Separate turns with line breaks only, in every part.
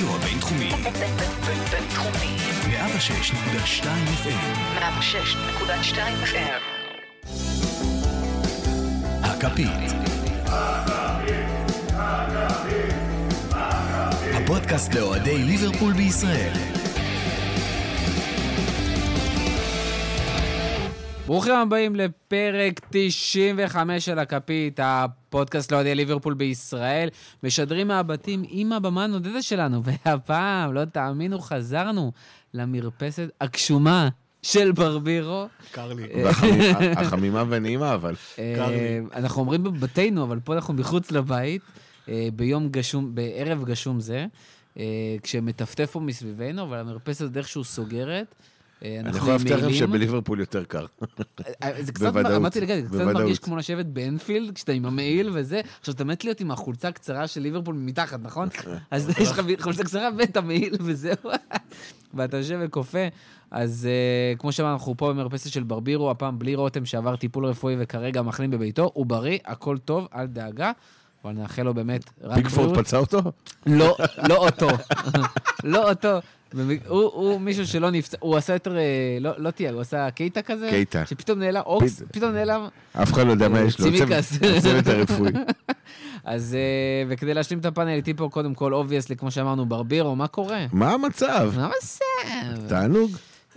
הבינתחומי.
בינתחומי,
106.2 FM.
106.2 FM,
הכפית. הפודקאסט לאוהדי ליברפול בישראל.
ברוכים הבאים לפרק 95 של הכפית, הפודקאסט לאוהדי ליברפול בישראל. משדרים מהבתים עם הבמה הנודדת שלנו, והפעם, לא תאמינו, חזרנו למרפסת הגשומה של ברבירו.
קר לי.
והחמימה- החמימה ונעימה, אבל
קר לי.
אה, אנחנו אומרים בבתינו, אבל פה אנחנו מחוץ לבית, אה, ביום גשום, בערב גשום זה, אה, כשמטפטף פה מסביבנו, אבל המרפסת עוד איכשהו סוגרת. אה,
אני
אנחנו
יכול להבטיח לכם
מעילים.
שבליברפול יותר קר.
אה, זה קצת,
בוודאות,
אמרתי לגמרי, זה קצת
בוודאות.
מרגיש כמו לשבת באנפילד, כשאתה עם המעיל וזה. עכשיו, אתה מת להיות עם החולצה הקצרה של ליברפול מתחת, נכון? אז יש לך חולצה קצרה ואת המעיל וזהו. ואתה יושב וכופה. אז אה, כמו שאמרנו, אנחנו פה במרפסת של ברבירו, הפעם בלי רותם שעבר טיפול רפואי וכרגע מחלים בביתו. הוא בריא, הכל טוב, אל דאגה. אבל נאחל לו באמת רק בריאות.
פיקפורד פצע אותו?
לא, לא אותו. לא אותו. במק- הוא- הוא מישהו שלא נפצע, הוא עשה יותר, אה, לא לא תיאג, הוא עשה קייטה כזה?
קייטה.
שפתאום נעלם, אוקס,
פת-
פתאום נעלם.
אף אחד לא יודע מה יש לו.
צימקס.
הצוות- הצוות הרפואי.
אז, אה, וכדי להשלים את הפאנל איתי פה, קודם כל, אובייסלי, כמו שאמרנו, ברבירו, מה קורה?
מה המצב?
מה בסדר?
תענוג.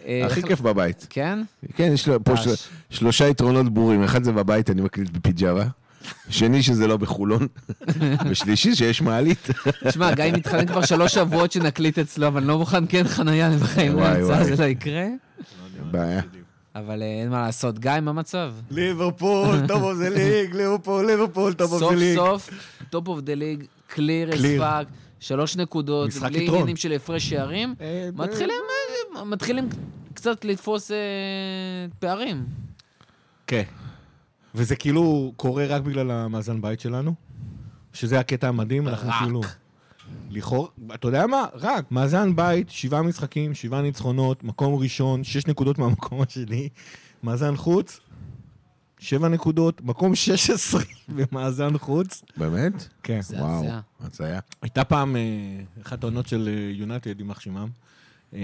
אה,
הכי כיף בבית.
כן?
כן, יש לו פה
טש.
של- שלושה יתרונות ברורים. אחד זה בבית, אני מקליט בפיג'מה. שני, שזה לא בחולון. ושלישי, שיש מעלית.
תשמע, גיא מתחנן כבר שלוש שבועות שנקליט אצלו, אבל אני לא מוכן כן חנייה, אני בחיים לא
וואי,
אמצא,
וואי.
זה לא יקרה.
בעיה.
אבל אה, אין מה לעשות. גיא, מה המצב?
ליברפול, טוב אוף זה ליג, ליברפול, ליברפול, טוב אוף
סוף
זה ליג.
סוף, טופ אוף דה ליג, קליר אס
Clear.
פאק, שלוש נקודות,
משחק
בלי
יתרון.
עניינים של הפרש שערים,
אה, ב-
מתחילים, אה, מתחילים קצת לתפוס אה, פערים.
כן. וזה כאילו קורה רק בגלל המאזן בית שלנו, שזה הקטע המדהים, אנחנו
רק.
כאילו... לכאורה, אתה יודע מה? רק. מאזן בית, שבעה משחקים, שבעה ניצחונות, מקום ראשון, שש נקודות מהמקום השני, מאזן חוץ, שבע נקודות, מקום 16 במאזן חוץ.
באמת?
כן.
זה
וואו.
הזיה.
מצאיה.
הייתה פעם אה, אחת העונות של אה, יונייטד, יימח שמם. אה,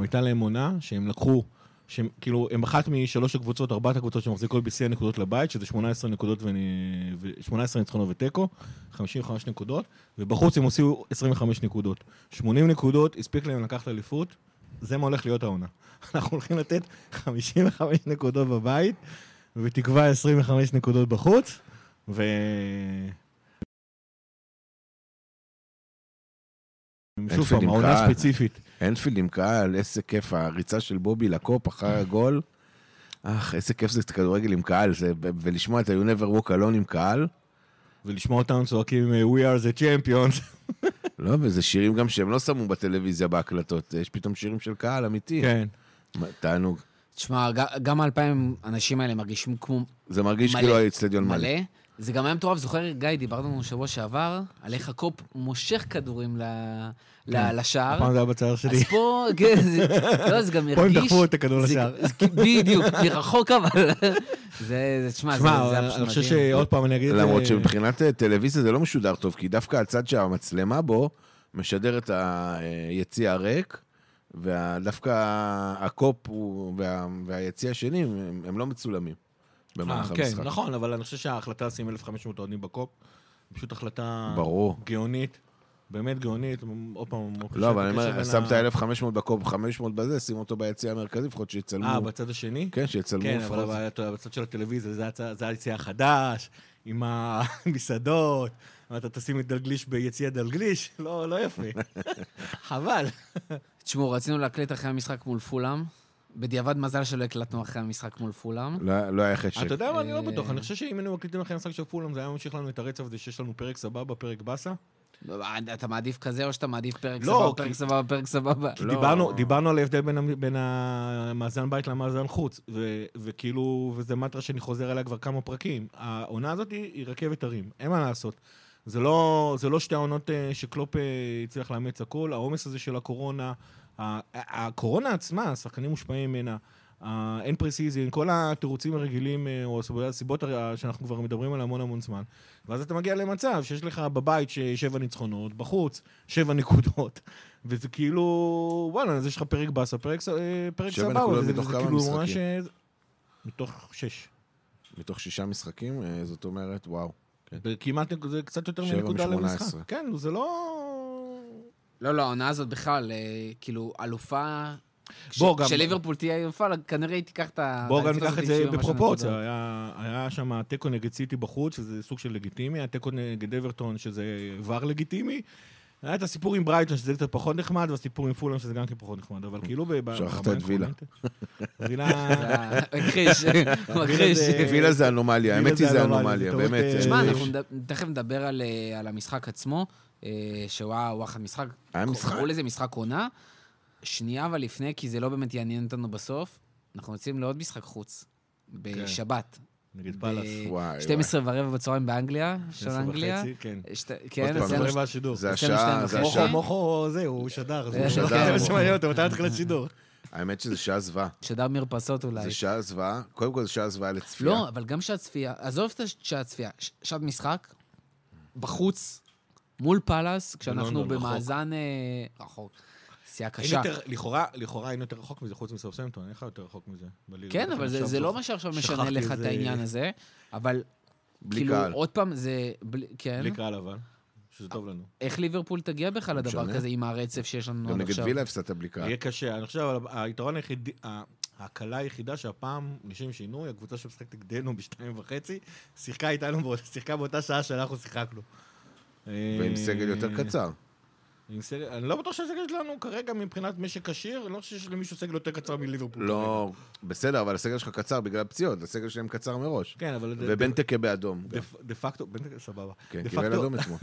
הייתה להם עונה שהם לקחו, שהם כאילו, הם אחת משלוש הקבוצות, ארבעת הקבוצות שמחזיקות בשיא הנקודות לבית, שזה 18 נקודות ו... ו- 18 ניצחונות ותיקו, 55 נקודות, ובחוץ הם הוציאו 25 נקודות. 80 נקודות, הספיק להם לקחת אליפות, זה מה הולך להיות העונה. אנחנו הולכים לתת 55 נקודות בבית, ובתקווה 25 נקודות בחוץ, ו... שוב
פיד
פעם,
עם
העונה
קהל.
ספציפית.
אנפילד עם קהל, איזה כיף, הריצה של בובי לקופ אחר הגול. אך, איזה כיף זה כדורגל עם קהל, זה, ולשמוע את ה-You never walk alone עם קהל.
ולשמוע אותנו צועקים אה, We are the champions.
לא, וזה שירים גם שהם לא שמו בטלוויזיה בהקלטות, יש פתאום שירים של קהל אמיתי.
כן.
מה, תענוג.
תשמע, ג- גם האלפיים האנשים האלה מרגישים כמו
זה מרגיש
מלא.
כאילו האצטדיון מלא.
מלא. זה גם היה מטורף, זוכר, גיא, דיברנו לנו שבוע שעבר, על איך הקופ מושך כדורים ל- ל- לשער.
כן. הפעם זה היה בצער שלי.
אז פה, כן, זה- לא, זה גם
פה הם
הרגיש...
דחפו את הכדור
זה-
לשער.
זה- בדיוק, מרחוק אבל. זה, זה- תשמע, זה זה
שמע,
היה
אני-
פשוט
אני חושב
מדהים.
שעוד פעם אני אגיד את זה.
למרות שמבחינת אה, טלוויזיה זה לא משודר טוב, כי דווקא הצד שהמצלמה בו משדר את היציע הריק, ודווקא הקופ הוא- וה- והיציע השני, הם הם לא מצולמים במהלך
אה, כן,
המשחק.
נכון, אבל אני חושב שההחלטה לשים 1,500 אוהדים בקופ, פשוט החלטה...
ברור.
גאונית. באמת גאונית, עוד פעם...
לא, אבל אני
הקשר
אומר,
בין
שמת
ה-
1,500 בקופ, 500 בזה, שים אותו ביציע המרכזי, לפחות
אה,
שיצלמו.
בצד השני?
כן, שיצלמו
כן, אבל
לפחות.
אבל אתה יודע, בצד של הטלוויזיה, זה הצ- זה היציע החדש, עם המסעדות, ואתה תשים את דלגליש ביציע דלגליש, לא לא יפה. חבל.
תשמעו, רצינו להקליט אחרי המשחק מול פולאם. בדיעבד מזל שלא הקלטנו אחרי המשחק מול פולאם.
לא לא היה חשק.
אתה יודע מה, אני לא
אה,
בטוח, אני חושב שאם היינו מקליטים אחרי המשחק של פולאם, זה היה ממשיך לנו את הרצף הזה שיש לנו פרק סבבה, פרק באסה.
אתה מעדיף כזה או שאתה מעדיף פרק
לא,
סבבה,
כי- לא.
פרק סבבה, פרק סבבה?
כי דיברנו, דיברנו על ההבדל בין, המ- בין המאזן בית למאזן חוץ, ו, וכאילו, וזו מטרה שאני חוזר עליה כבר כמה פרקים. העונה הזאת היא, היא רכבת הרים, אין מה לעשות. זה לא, זה לא שתי העונות אה, שקלופ אה, הצליח לאמץ הכל, העומס הזה של הקורונה, ה- ה- הקורונה עצמה, השחקנים מושפעים ממנה, האין פרסיזין, כל התירוצים הרגילים, אה, או הסיבות- הסיבות הר- שאנחנו כבר מדברים עליהם המון המון זמן. ואז אתה מגיע למצב שיש לך בבית ש- שבע ניצחונות, בחוץ שבע נקודות, וזה כאילו, וואלה, אז יש לך פרק באסה, פרק, ס- אה, פרק
שבע
סבבה,
נקודות
וזה-
מתוך
וזה
כמה
כאילו
משחקים?
ממש, אה, מתוך שש.
מתוך שישה משחקים, אה, זאת אומרת, וואו.
כמעט, נק- זה קצת יותר
שבע
מנקודה
משמונה
למשחק.
עשרה.
כן, זה לא...
לא, לא, העונה הזאת בכלל, אה, כאילו, אלופה...
בוא, גם-
כשליברפול תהיה אלופה, כנראה היא תיקח את ה...
בואו גם
האליפות
ניקח
הזאת
את
עם
זה
70 ומשהו
בפרופורציה.
נקודות.
היה- היה שם תיקו נגד סיטי בחוץ, שזה סוג של לגיטימי, היה תיקו נגד אברטון, שזה ור לגיטימי. היה את הסיפור עם ברייטון, שזה קצת פחות נחמד, והסיפור עם פולאם, שזה גם כן פחות נחמד, אבל כאילו... ב- ב-
שכחת
ברמה
את וילה.
העקרונית- וילה...
מכחיש, מכחיש.
אה,
וילה זה אנומליה,
וילה
האמת היא
זה
זה
אנומליה,
אנומליה,
זה טעות,
באמת.
אה,
תשמע,
אה,
אנחנו נד- תכף נדבר על, אה, על המשחק עצמו, אה, שהוא היה וואחד משחק.
היה משחק.
קראו לזה משחק עונה. שנייה אבל לפני, כי זה לא באמת יעניין אותנו בסוף, אנחנו יוצאים לעוד משחק חוץ, בשבת.
נגד פאלאס.
ב-
כן. וואי,
12 ורבע בצהריים באנגליה, אה, של אנגליה.
כן.
שת- כן,
פעם,
זה
זה
אצלנו
רבע
ש-
רבע השידור.
זה
אצלנו
השעה,
שתיים
זה
וחצי.
השעה.
מוחו, מוחו, זה, הוא שדר.
הוא
שדר,
שדר,
זה מה
מוחו.
שמעניין אותו, מתי התחיל השידור?
האמת שזה שעה זוועה.
שדר מרפסות אולי.
זה שעה זוועה, קודם כל זה שעה זוועה לצפייה.
לא, אבל גם שעת צפייה, עזוב את שעת צפייה, ש- שעת משחק, בחוץ, מול פאלאס,
לא
כשאנחנו
בלונדון, רחוק.
במאזן... אה, רחוק. נסיעה
אין
קשה.
יותר- לכאורה, לכאורה אין יותר רחוק מזה, חוץ מסאופסמפטון, אין לך יותר רחוק מזה.
כאילו,
בליגה.
כן, אבל זה,
עכשיו
זה לא
טוב.
מה שעכשיו
שכחתי
משנה לך את
איזה-
העניין הזה, אבל
בלי
כאילו,
קהל.
עוד פעם, זה... בלי- כן.
בלי קהל אבל, שזה טוב לנו.
איך ליברפול תגיע בכלל לדבר
לא משנה.
כזה עם הרצף שיש לנו
גם
עד
נגד
עכשיו?
וילה הפסדת בלי קהל.
יהיה קשה. אני חושב, אבל היתרון היחידי, ה- ההקלה היחידה שהפעם, לשם שינוי, הקבוצה שמשחקת נגדנו בשתיים וחצי, שיחקה איתנו, באות- שיחקה באותה שעה שאנחנו שיחקנו. אה,
ועם סגל יותר קצר.
עם סגל- אני לא בטוח שהסגל שלנו כרגע מבחינת משק עשיר, אני לא חושב שיש למישהו סגל יותר קצר מליברפול.
לא, בסדר, אבל הסגל שלך קצר בגלל הפציעות, הסגל שלהם קצר מראש.
כרגע. אה, כן, אבל... דה-
ובן תקה באדום.
דה- דה פקטו, בן- סבבה.
כן,
דה
קיבל
פקטו-
אדום אתמול.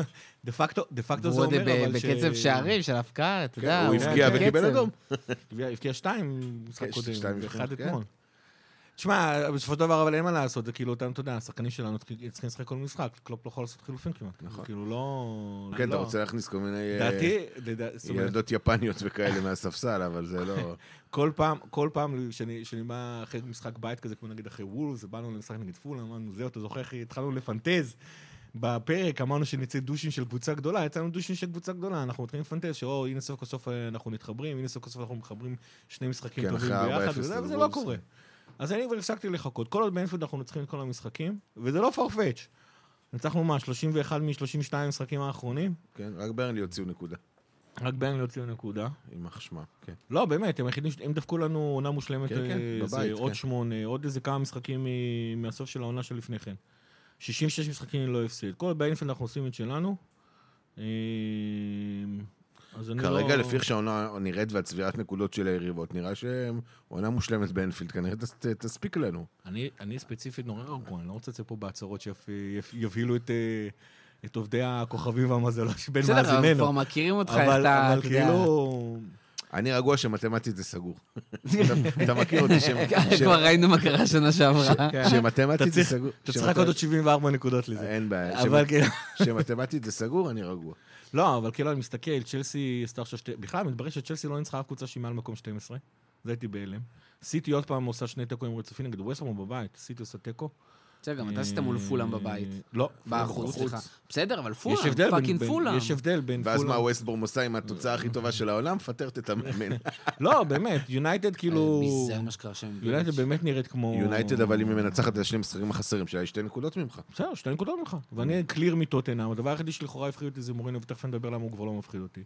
דה פקטו, דה פקטו זה
הוא עוד
אומר,
ב-
אבל ש...
בקצב שערים של הפקעה, אתה יודע,
כן,
כן,
הוא
הוא
הפגיע
היה
וקיבל
בקצב.
אדום.
הבקיע- הבקיע שתיים במשחק
כן,
קודם,
שתיים
ואחד
לפני, כן.
אתמול. תשמע, בסופו של דבר, אבל אין מה לעשות, זה כאילו אותם, אתה יודע, השחקנים שלנו צריכים צריכים לשחק כל משחק, קלופ לא יכול לעשות חילופים כמעט. נכון. כאילו לא...
כן, אתה
לא.
רוצה להכניס כל מיני אה,
דעתי, לדע- זאת אומרת,
ילדות יפניות וכאלה מהספסל, אבל זה לא...
כל פעם, כל פעם שאני שאני בא אחרי משחק בית כזה, כמו נגיד אחרי וולס, באנו למשחק נגד פולה, אמרנו, זהו, אתה זוכר איך התחלנו לפנטז בפרק, אמרנו שנצא דושים של קבוצה גדולה, יצאנו דושים של קבוצה גדולה, אנחנו מתחילים לפנטז, שאו, הנה סוף כל סוף אה, אנחנו מתחברים, הנה סוף כל סוף אנחנו מחברים שני משחקים
כן,
טובים
אחרי
ביחד,
4-0
וזה,
נגד
וזה לא
וולס.
קורה. אז אני כבר הפסקתי לחכות, כל עוד באינפילד אנחנו נצחים את כל המשחקים, וזה לא farfetch. ניצחנו מה, 31 מ-32 המשחקים האחרונים?
כן, רק ברנלי הוציאו נקודה.
רק בן להוציאו נקודה.
יימח שמם, כן.
לא, באמת, הם היחידים, ש- הם דפקו לנו עונה מושלמת,
כן, כן,
אה, זה,
בבית,
עוד
כן.
שמונה, עוד איזה כמה משחקים מ- מהסוף של העונה שלפני כן. 66 משחקים ללא הפסד. כל באינפלד אנחנו עושים את שלנו. אה, אז אני לא...
כרגע, לפי איך שהעונה נראית והצבירת נקודות של היריבות, נראה שהם עונה מושלמת באנפילד, כנראה תס- ת- תספיק לנו.
אני, אני ספציפית נורא רגוע, אני לא רוצה לצאת פה בהצהרות שיבהילו את, אה, את עובדי הכוכבים והמזלות שבין
בסדר, אבל כבר
מאזיננו.
מכירים אותך, איך
אבל,
אתה...
אבל
אתה יודע,
כאילו...
אני רגוע שמתמטית זה סגור. אתה- אתה מכיר אותי ש- ש-
כבר ראינו מה קרה שנה שעברה.
כן. אתה
שמתמטית זה
צריך-
סגור.
אתה צריך רק עוד 74 נקודות לזה.
אין בעיה.
אבל
שמת-
כאילו...
שמתמטית זה סגור, אני רגוע.
לא, אבל כאילו, אני מסתכל, צ'לסי עשתה עכשיו שתי... בכלל, מתברר שצ'לסי לא ניצחה אף קבוצה שהיא מעל מקום 12. זה הייתי בהלם. סיטי עוד פעם עושה שני תיקואים רצופים נגד ווסטרום בבית, סיטי עושה תיקו.
בסדר, גם אתה עשית מול פולאם
אה,
בבית.
לא, פולאם
בחוץ,
בחוץ.
סליחה. בסדר, אבל
יש
פולאם,
הבדל בין-
פאקינג
בין-
פולאם.
יש הבדל בין
ואז מה
פולאם...
ווסטבורם עושה עם התוצאה הכי טובה של העולם? מפטרת את המאמן.
לא, באמת, יונייטד כאילו...
ביזיון מה שקרה שם. עם
יונייטד
גיליץ'.
באמת נראית כמו...
יונייטד, אבל אם היא מנצחת את השני המשחקים החסרים שלה, היא שתי נקודות ממך.
בסדר, שתי נקודות ממך. ואני קליר מטוטנאם, הדבר היחידי שלכאורה הפחיד אותי זה מורינו, ותכף נדבר למה הוא כבר לא מפחיד אותי.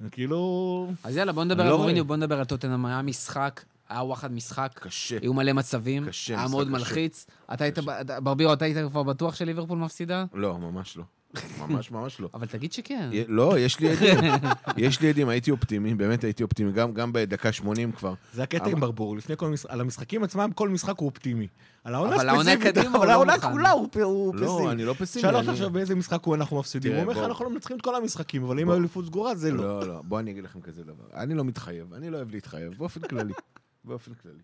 זה כאילו...
אז יאללה, בוא נדבר
אני
על
לא
מוריניו,
רואה.
בוא נדבר על טוטנאם. היה משחק, היה וואחד משחק.
קשה.
היו מלא מצבים,
קשה,
היה
משחק
מאוד
קשה.
מלחיץ. אתה היית, ב- ברבירו, אתה היית כבר בטוח שליברפול מפסידה?
לא, ממש לא. ממש ממש לא.
אבל תגיד שכן.
י- לא, יש לי עדים. יש לי עדים, הייתי אופטימי, באמת הייתי אופטימי. גם- גם בדקה 80 כבר.
זה הקטע עם ברבור, לפני כל משחק, על המשחקים עצמם כל משחק הוא אופטימי. על העונה
אבל העונה
ספציפית,
קדימה הוא
אבל
לא
העונה
מוכן.
כולה הוא פ- הוא פסימי.
לא, אני לא פסימי.
שאל
אני-
אותך עכשיו באיזה משחק הוא אנחנו מפסידים,
תראה,
הוא אומר לך
בוא.
אנחנו לא מנצחים את כל המשחקים, אבל אם
בוא.
האליפות סגורה זה לא.
לא, לא, בוא אני אגיד לכם כזה דבר. אני לא מתחייב, אני לא אוהב להתחייב, באופן כללי. באופן כללי.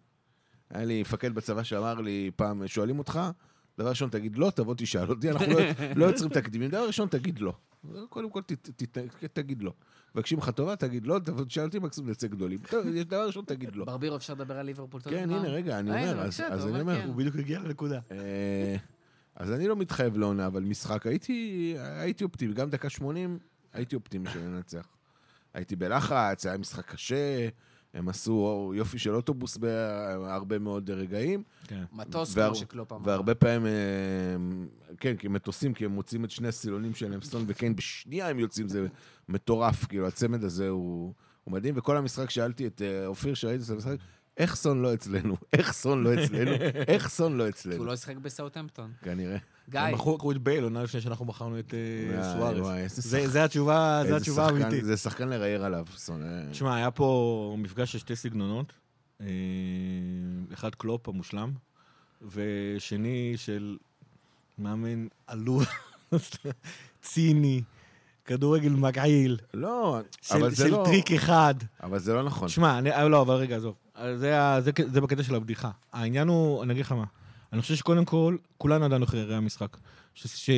היה לי מפקד בצבא שאמר לי פעם, שואלים אותך, דבר ראשון תגיד לא, תבוא תשאל אותי, אנחנו לא- לא יוצרים תקדימים, דבר ראשון תגיד לא. קודם כל, ת- ת- ת- תגיד לא. מבקשים לך טובה, תגיד לא, ת- תשאל אותי מקסימום נצא גדולים. טוב, יש דבר ראשון, תגיד לא.
ברבירו, אפשר לדבר על ליברפול?
כן, הנה, רגע, אני
אה,
אומר,
הנה,
אז
בבקשה, אתה
אז אני
אומר,
אומר,
כן.
הוא בדיוק הגיע לנקודה.
אה, אז אני לא מתחייב לעונה, אבל משחק, הייתי, הייתי אופטימי. גם דקה 80, הייתי אופטימי שננצח. הייתי בלחץ, היה משחק קשה, הם עשו יופי של אוטובוס בהרבה מאוד רגעים.
כן.
מטוס,
והר-
כמו שקלופ אמר.
והרבה פעמים, אה, כן, כי מטוסים, כי הם מוצאים את שני הסילונים שלהם, סטון וקיין, בשנייה הם יוצאים, זה מטורף, כאילו, הצמד הזה הוא, הוא מדהים, וכל המשחק, שאלתי את אה, אופיר, שראיתי את המשחק, איך סון לא אצלנו? איך סון לא אצלנו? איך סון לא
כי הוא
אצלנו?
לא ישחק בסאוטהמפטון.
כנראה.
גיא,
הם מכרו מכרו את בייל עונה לפני שאנחנו מכרנו את אה,
וואי,
סוארז.
וואי, איזה
זה-
שחק-
זה התשובה זה
איזה
התשובה
שחקן-
האמיתית.
זה שחקן לראייר עליו, סון. אה,
תשמע, היה פה מפגש של שתי סגנונות. אה, אחד קלופ המושלם, ושני של מאמן עלוב, ציני, כדורגל מגעיל,
לא, אבל
של
זה
של
לא...
טריק אחד.
אבל זה לא נכון.
תשמע, אני- אה, לא, אבל רגע, עזוב. אה, זה ה- זה כ- זה בקטע של הבדיחה. העניין הוא, אני אגיד לך מה. אני חושב שקודם כל, כולנו ידענו אחרי הרי המשחק. ש-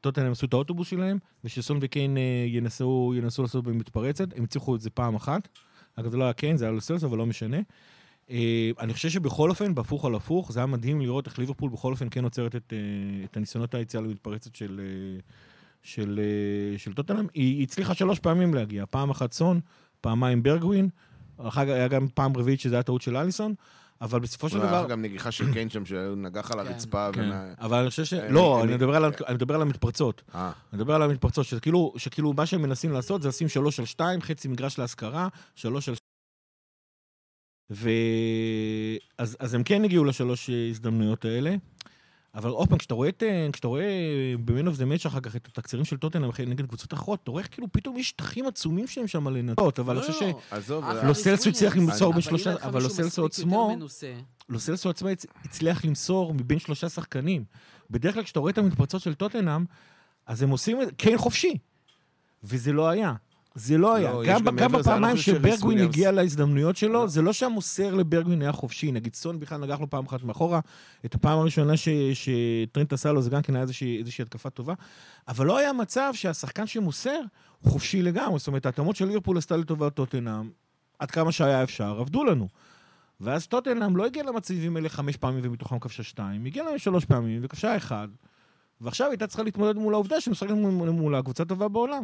שטוטנאם עשו את האוטובוס שלהם, ושסון וקיין אה, ינסו ינסו לעשות במתפרצת. הם הצליחו את זה פעם אחת. רק זה לא היה קיין, זה היה לסלס, אבל לא משנה. אה, אני חושב שבכל אופן, בהפוך על הפוך, זה היה מדהים לראות איך ליברפול בכל אופן כן עוצרת את, אה, את הניסיונות היציאה למתפרצת של, אה, של, אה, של טוטנאם. היא היא הצליחה שלוש פעמים להגיע, פעם אחת סון, פעמיים ברגווין, אחר כך היה גם פעם רביעית שזה היה טעות של אליסון, אבל בסופו של
אולי היה
דבר...
לך גם נגיחה של קיין שם, שנגח על
כן.
הרצפה.
כן,
ומה-
אבל אני חושב ש...
אה,
לא,
אה,
אני
אה,
מדבר על- אני מדבר על המתפרצות.
אה,
אני מדבר על המתפרצות, שכאילו, שכאילו מה שהם מנסים לעשות זה לשים שלוש על שתיים, חצי מגרש להשכרה, שלוש על... ש- ו... אז, אז הם כן הגיעו לשלוש אה, הזדמנויות האלה. אבל עוד פעם, כשאתה רואה, את, אה, כשאתה רואה ב-Man of the Match אחר כך את התקצירים של טוטנאם אחרי- נגד קבוצות אחרות, אתה רואה איך כאילו פתאום יש שטחים עצומים שהם שם לנטות, אבל אני חושב ש...
לא, עזוב,
אחלה
אה,
לא סלסו הצליח למסור
אבל אם
בשלושה-
היה לך
אבל לא
מישהו
סלסו
מספיק
עצמו-
יותר מנוסה,
לוסלסו עצמו הצ- הצליח למסור מבין שלושה שחקנים. בדרך כלל כשאתה רואה את המתפרצות של טוטנאם, אז הם עושים את זה, כן חופשי. וזה לא היה. זה לא היה.
יש
גם,
גם
ב- גם
מעבר לזה, אני
בפעמיים
לא חושב שריס
שברגווין
וויליאמס-
הגיע להזדמנויות שלו, זה לא שהמוסר לברגווין היה חופשי. נגיד סון בכלל נגח לו פעם אחת מאחורה, את הפעם הראשונה ש- שטרנט עשה לו, זה גם כן היה איזושהי, איזושהי התקפה טובה. אבל לא היה מצב שהשחקן שמוסר הוא חופשי לגמרי. זאת אומרת, ההתאמות של ליברפול עשתה לטובת טוטנאם, עד כמה שהיה אפשר, עבדו לנו. ואז טוטנאם לא הגיעה למצבים האלה חמש פעמים ומתוכם כבשה שתיים, היא הגיעה להם שלוש פעמים וכבשה אחד, ועכשיו היא הייתה צריכה להתמודד מול העובדה שהיא משחקת מול, מול הקבוצה הטובה בעולם.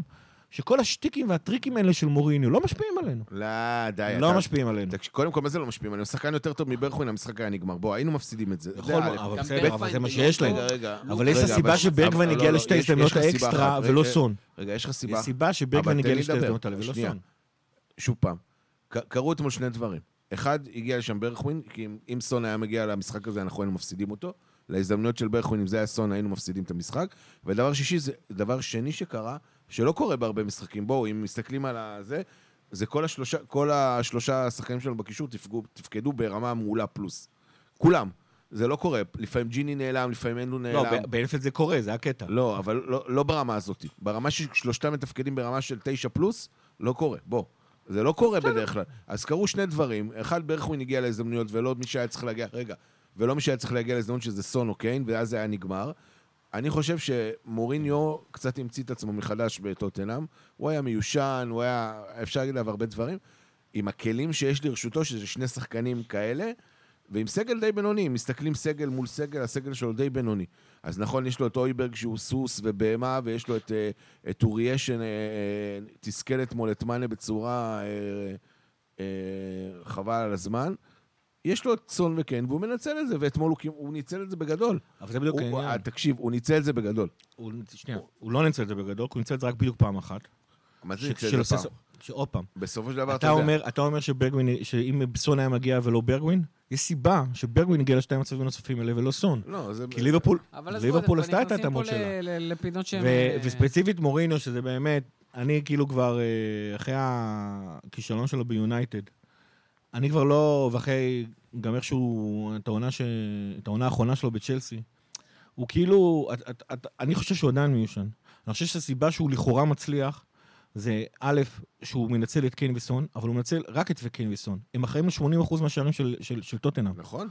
שכל השטיקים והטריקים האלה של מוריניו לא משפיעים עלינו.
לא, די.
לא
אתה-
משפיעים עלינו.
תקשיב, קודם כל, מה זה לא משפיעים? אני שחקן יותר טוב מברכווין, המשחק היה נגמר. בוא, היינו מפסידים את זה. זה
יכול,
א'.
נכון, אבל
גם
בסדר,
ברגווין
אבל זה מה
בגלל
שיש
שהוא-
להם.
רגע, רגע.
אבל יש
רגע,
הסיבה
אבל-
שברגווין
אבל-
הגיע
לא, לא,
לשתי
יש-
ההזדמנויות
יש לך סיבה
האקסטרה
אחת.
ולא
רגע,
סון.
רגע, יש לך סיבה
יש
אחת.
סיבה
אבל
שברגווין הגיע
תן לי
לשתי
לדבר.
ההזדמנויות האלה ולא
שנייה.
סון.
שוב פעם, ק- קרו אתמול שני דברים. אחד, הגיע לשם ברכווין, כי אם- אם סון היה מגיע למשחק הזה, אנחנו היינו מפסידים אותו. להזדמנויות של ברכווין, אם זה היה סון, היינו מפסידים את המשחק. ודבר שישי, זה דבר שני שקרה, שלא קורה בהרבה משחקים. בואו, אם מסתכלים על הזה, זה כל השלושה, כל השלושה השחקנים שלנו בקישור תפגעו, תפקדו ברמה מעולה פלוס. כולם. זה לא קורה. לפעמים ג'יני נעלם, לפעמים אנדו
לא,
נעלם.
ב- באלפלד זה קורה, זה הקטע.
אה, לא, אבל לא, לא ברמה הזאת. ברמה ששלושתם מתפקדים ברמה של תשע פלוס, לא קורה. בוא. זה לא קורה בדרך כלל. אז קרו שני דברים. אחד, ברכווין הגיע להזדמנויות, ולא מי שהיה צריך להגיע... רגע. ולא מי שהיה צריך להגיע להזדמנות שזה סון או קיין, ואז זה היה נגמר. אני חושב שמוריניו קצת המציא את עצמו מחדש בטוטנאם. הוא היה מיושן, הוא היה... אפשר להגיד עליו הרבה דברים. עם הכלים שיש לרשותו, שזה שני שחקנים כאלה, ועם סגל די בינוני, אם מסתכלים סגל מול סגל, הסגל שלו די בינוני. אז נכון, יש לו את אויברג שהוא סוס ובהמה, ויש לו את, אה, את אוריה שתסכל אתמול את מאנה בצורה אה, אה, חבל על הזמן. יש לו את סון וקן, והוא מנצל את זה, ואתמול הוא, כמעט- הוא ניצל את זה בגדול.
אבל זה בדיוק
הוא-
העניין.
אה, תקשיב, הוא ניצל את זה בגדול.
הוא- שנייה, הוא לא ניצל את זה בגדול, כי הוא ניצל את זה רק בדיוק פעם אחת.
מה זה
ש-
ניצל
של
את זה פעם?
סלסו- שעוד פעם.
בסופו של דבר,
אתה אומר, אתה אומר שברגווין, שאם סון היה מגיע ולא ברגווין, יש סיבה שברגווין הגיע לשתי המצבים הנוספים האלה ולא סון.
לא, זה...
כי ליברפול,
אבל עזבו,
ליברפול
אנחנו
עשתה את
נכנסים פה
ההתאמות שלה.
ל- ל- לפינות שהם...
ו-
אה,
וספציפית מוריניו, שזה באמת, אני כאילו כבר, אה, אחרי הכישלון שלו ביונייטד, אני כבר לא, ואחרי גם איכשהו, את העונה, ש... את העונה האחרונה שלו בצ'לסי, הוא כאילו, את, את, את, אני חושב שהוא עדיין מיושן. אני חושב שהסיבה שהוא לכאורה מצליח, זה א', שהוא מנצל את קיין וסון, אבל הוא מנצל רק את קיין וסון. הם אחראים ל-80% מהשערים של, של, של טוטנאם.
נכון.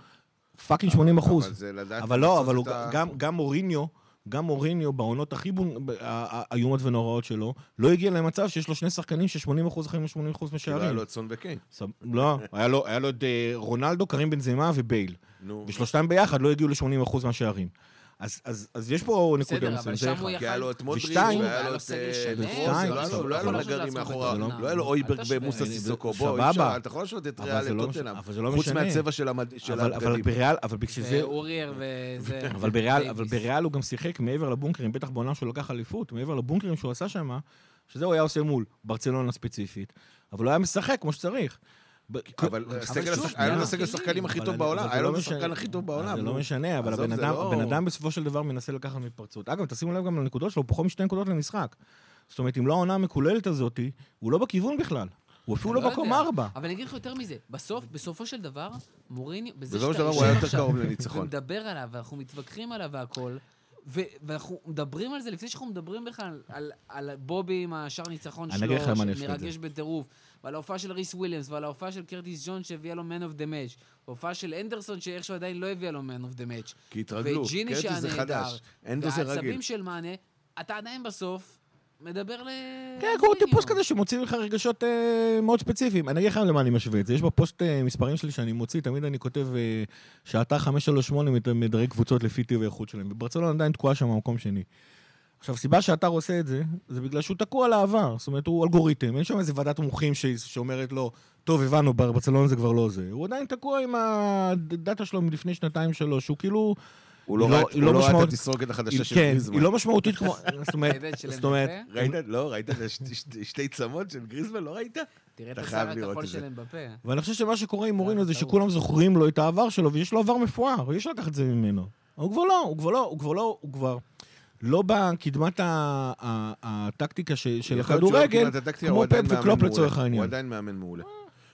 פאקינג 80%.
אבל זה לדעת...
אבל לא,
למצות
אבל הוא
את ה-
גם, גם מוריניו, גם מוריניו בעונות הכי בונ- ב- ה- ה- איומות ונוראות שלו, לא הגיע למצב שיש לו שני שחקנים ש-80% חיים ו-80%
כאילו היה
משערים.
לו את סון וקיין.
סב- לא, היה לו- היה לו את אה, רונלדו, קרים בנזמה ובייל.
נו,
ושלושתם ביחד לא הגיעו ל-80% מהשערים. אז- אז אז יש פה נקודה
בסדר, אבל
מסוימת.
שם
זה
הוא
אחד.
כי היה לו את מודריץ',
ושתיים,
והיה
היה
לו
לו
את...
סגל
אה,
שלם.
דרוז,
שתיים,
לא היה לו-
אבל
לא היה
הוא
לו
לא
נגרים
יכול
מאחורה,
לעשות את
לא היה לו
זה. אל
אויברג
תשווה.
ומוסה
אני-
סיסוקו,
סבבה.
בוא, אי אפשר, אתה יכול לשנות את
אבל
ריאל
זה לא
לטוטנאם,
משנה, אבל זה לא
חוץ
משנה.
מהצבע של המד- של
אבל- אבל
הבגדים.
בריאל, אבל בשביל זה...
ואוריאר וזה...
אבל בריאל,
כן, דייוויס.
אבל בריאל הוא גם שיחק מעבר לבונקרים, בטח בעונה שהוא לקח אליפות, מעבר לבונקרים שהוא עשה שם, שזה הוא היה עושה מול ברצלונה ספציפית, אבל הוא היה משחק כמו שצריך. ב-
אבל
אבל לא.
הסגל
שוב,
השח- היה לו את
גם-
הסגל השחקנים הכי
אבל
טוב
אני-
בעולם,
אבל זה
היה לו
לא
את
משנה.
השחקן הכי טוב בעולם.
זה
נו.
לא משנה, אבל
עזוב,
הבן
זה
אדם-
לא-
הבן אדם בסופו של דבר מנסה לקחת מהתפרצות. אגב, תשימו לב גם לנקודות שלו, הוא פחות משתי נקודות למשחק. זאת אומרת, אם לא העונה המקוללת הזאת, הוא לא בכיוון בכלל. הוא אפילו
אני
לא
לא
מקום
יודע.
ארבע.
אבל אני אגיד לך יותר מזה, בסוף, בסופו של דבר, מוריניו, בזה
בסופו של
שאתה
דבר הוא היה
יושב
יותר
עכשיו
קרוב לניצחון.
ומדבר עליו, ואנחנו מתווכחים עליו והכול, ו- ואנחנו מדברים על זה לפני שאנחנו מדברים בכלל על, על בובי עם השער ניצחון
אני
שלו,
אגיד לך למה אני אשווה את
שמרגש בטירוף, ועל ההופעה של ריס וויליאמס, ועל ההופעה של קרטיס ג'ון שהביאה לו Man of the Match, והופעה של אנדרסון שאיכשהו עדיין לא הביאה לו Man of the Match.
כי התרגלו,
וג'יני
קרטיס
שהיה
זה
נהדר,
חדש, אנדו זה רגיל.
והעצבים של מאנה, אתה עדיין בסוף מדבר ל...
כן, הוא טיפוס
מוריניו.
כזה שמוציא לך רגשות אה, מאוד ספציפיים. אני אגיד לך למה אני משווה את זה. יש בפוסט אה, מספרים שלי שאני מוציא, תמיד אני כותב אה, שעתה 538 מת- מדרג קבוצות לפי טיב האיכות שלהם. וברצלונה עדיין תקועה שם במקום שני. עכשיו, סיבה שהאתר עושה את זה, זה בגלל שהוא תקוע על העבר. זאת אומרת, הוא אלגוריתם, אין שם איזה ועדת מומחים ש... שאומרת לו, טוב, הבנו, ברצלונה זה כבר לא זה. הוא עדיין תקוע עם הדאטה שלו מלפני שנתיים-שלוש, הוא כאילו...
הוא לא
היא
ראה-
לא-
הוא
היא
לא
לא
ראה את
משמעות-
התסרוקת החדשה
היא-
של
כן,
גריזמן.
היא לא משמעותית כמו... זאת אומרת,
העדן של
זאת אומרת...
אמבפה?
ראית? לא, ראית את השתי- שתי- שתי צמות של גריזמן? לא ראית?
תראה את
אתה
השיער
חייב לראות
הכחול
את זה.
שלהם בפה.
ואני חושב שמה שקורה עם מורינו זה
טעות.
שכולם זוכרים לו את העבר שלו, ויש לו עבר מפואר, אי אפשר לקחת את זה ממנו. הוא כבר לא, הוא כבר לא, הוא כבר לא, הוא כבר לא בקדמת ה- ה- הטקטיקה ש- של
יכול להיות שהוא
הכדורגל,
כמעט הטקטי,
כמו
הוא
פפ
עדיין מאמן
וקלופ
מעולה.
לצורך העניין.
הוא עדיין מאמן מעולה.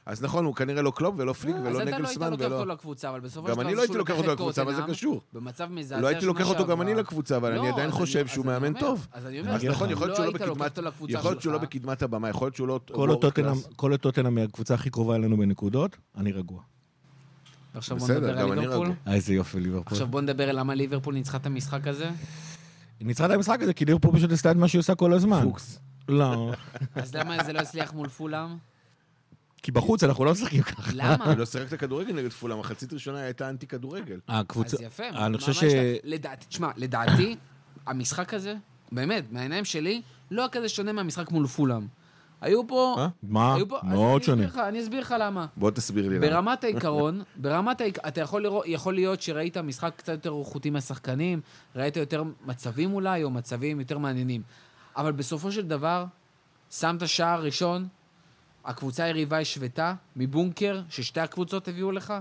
אז נכון, הוא כנראה לא קלופ ולא פליק
אז
ולא
אתה לא היית
נגלסמן
לוקח
ולא...
אותו לקבוצה, אבל בסופו של
גם
דבר...
אני לא
זה
הייתי
שהוא
לוקח
לקח
אותו
את
לקבוצה, מה זה
טוטנהאם
קשור?
במצב מזעזע
לא הייתי
שנה
לוקח אותו גם
שעברה.
אני לקבוצה, אבל אני
לא,
עדיין
אז
חושב
אני-
שהוא
אז אני
מאמן
אומר,
טוב.
אז אני אומר,
אז נכון, יכול להיות שהוא לא
היית לוקח
בקדמת...
אותו לקבוצה
יכול להיות שהוא לא
שלך.
בקדמת הבמה, יכול להיות שהוא לא...
כל
וורלד
הטוטנאם-
קלאס.
כל הטוטנאם היא הקבוצה הכי קרובה אלינו בנקודות, אני רגוע.
עכשיו בוא
בסדר,
נדבר
גם
על
אני
ליברפול.
רגוע.
אה, איזה יופי ליברפול.
עכשיו בוא נדבר על למה ליברפול ניצחה את המשחק הזה.
ניצחה את המשחק הזה, כי ליברפול פשוט עשתה את מה שהיא עושה כל הזמן.
פוקס.
לא.
אז למה זה לא הצליח מול פולאם?
כי בחוץ אנחנו לא משחקים ככה.
למה?
לא שיחקת כדורגל נגד פולה, מחצית ראשונה הייתה אנטי כדורגל.
הקבוצה... אה,
אז יפה. מה-
אני
מה
חושב ש...
יש לה- לדעתי, תשמע, לדעתי, המשחק הזה, באמת, מהעיניים שלי, לא היה כזה שונה מהמשחק מול פולאם. היו פה...
אה?
מה?
היו פה- אז אני
מאוד
אסביר
שונה.
לך, אני אסביר לך למה.
בוא תסביר לי למה.
ברמת העיקרון, ברמת העיקרון, אתה יכול, לראות, יכול להיות שראית משחק קצת יותר איכותי מהשחקנים, ראית יותר מצבים אולי, או מצבים יותר מעניינים. אבל בסופו של דבר, שמת שער ראשון, הקבוצה היריבה השוותה, מבונקר, ששתי הקבוצות הביאו לך.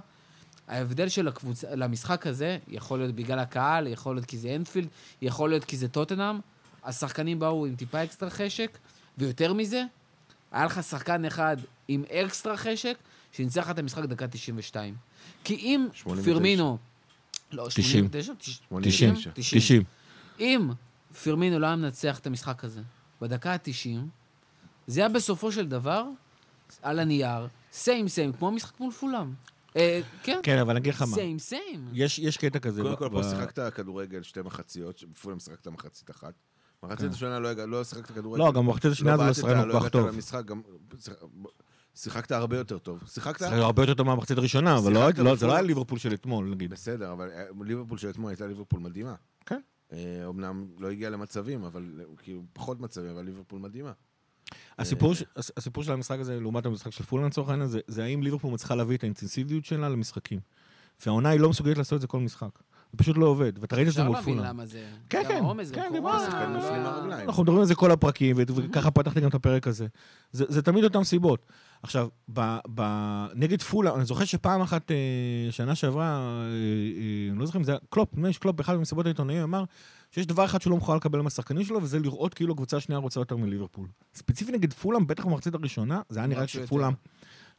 ההבדל של הקבוצה, למשחק הזה, יכול להיות בגלל הקהל, יכול להיות כי זה אנפילד, יכול להיות כי זה טוטנאם. השחקנים באו עם טיפה אקסטרה חשק, ויותר מזה, היה לך שחקן אחד עם אקסטרה חשק, שניצח את המשחק דקה 92. כי אם
89.
פירמינו... לא,
90.
89?
90.
90.
אם פירמינו לא היה מנצח את המשחק הזה בדקה ה-90, זה היה בסופו של דבר, על הנייר, סיים סיים, כמו המשחק מול פולאם. אה, כן,
כן, אבל אני אגיד לך מה.
סיים סיים.
יש, יש קטע כזה.
לא-
קודם
ב-
כל,
ב-
פה שיחקת כדורגל שתי מחציות, שבפולה משחקת מחצית אחת.
כן.
מחצית השנה לא הגע- לא שיחקת כדורגל.
לא, גם במחצית השנייה זה לא
בעטת,
שיחקנו כל כך
לא
טוב.
הגעת למשחק, גם... שיחקת הרבה יותר טוב. שיחקת...
שיחקנו הרבה יותר טוב מהמחצית הראשונה, אבל לא-
שיחקת
לא- זה
בפול.
לא היה ליברפול של אתמול, נגיד.
בסדר, אבל אה, ליברפול של אתמול הייתה ליברפול מדהימה.
כן.
אה, אומנם לא הגיעה למצבים, אבל אה, כאילו פחות מצבים, אבל ליברפול מדהימה.
אה,
הסיפור, ש... הס- הסיפור של המשחק הזה, לעומת המשחק של פולן לצורך העניין, זה, זה האם ליברפול מצליחה להביא את האינטנסיביות שלה למשחקים. והעונה היא לא מסוגלת לעשות את זה כל משחק. זה פשוט לא עובד, ואתה ראית את זה
אפשר
מול
להבין
פולן.
למה זה.
כן,
גם
כן,
העומס, גם
כן,
קורונה,
דיברנו.
שחקן
לא
נופלים
היה-
מהרגליים.
אנחנו מדברים על זה כל הפרקים, ו- וככה פתחתי גם את הפרק הזה. זה, זה תמיד אותן סיבות. עכשיו, ב, ב, נגד פולה, אני זוכר שפעם אחת, אה, שנה שעברה, אה, אה, אני לא זוכר אם זה היה קלופ, נדמה לי שקלופ באחד ממסיבות העיתונאים אמר שיש דבר אחד שהוא לא מוכן לקבל מהשחקנים שלו, וזה לראות כאילו הקבוצה השנייה רוצה יותר מליברפול. ספציפית נגד פולאם, בטח במחצית הראשונה, זה היה נראה
רצו יותר.
שפולאם...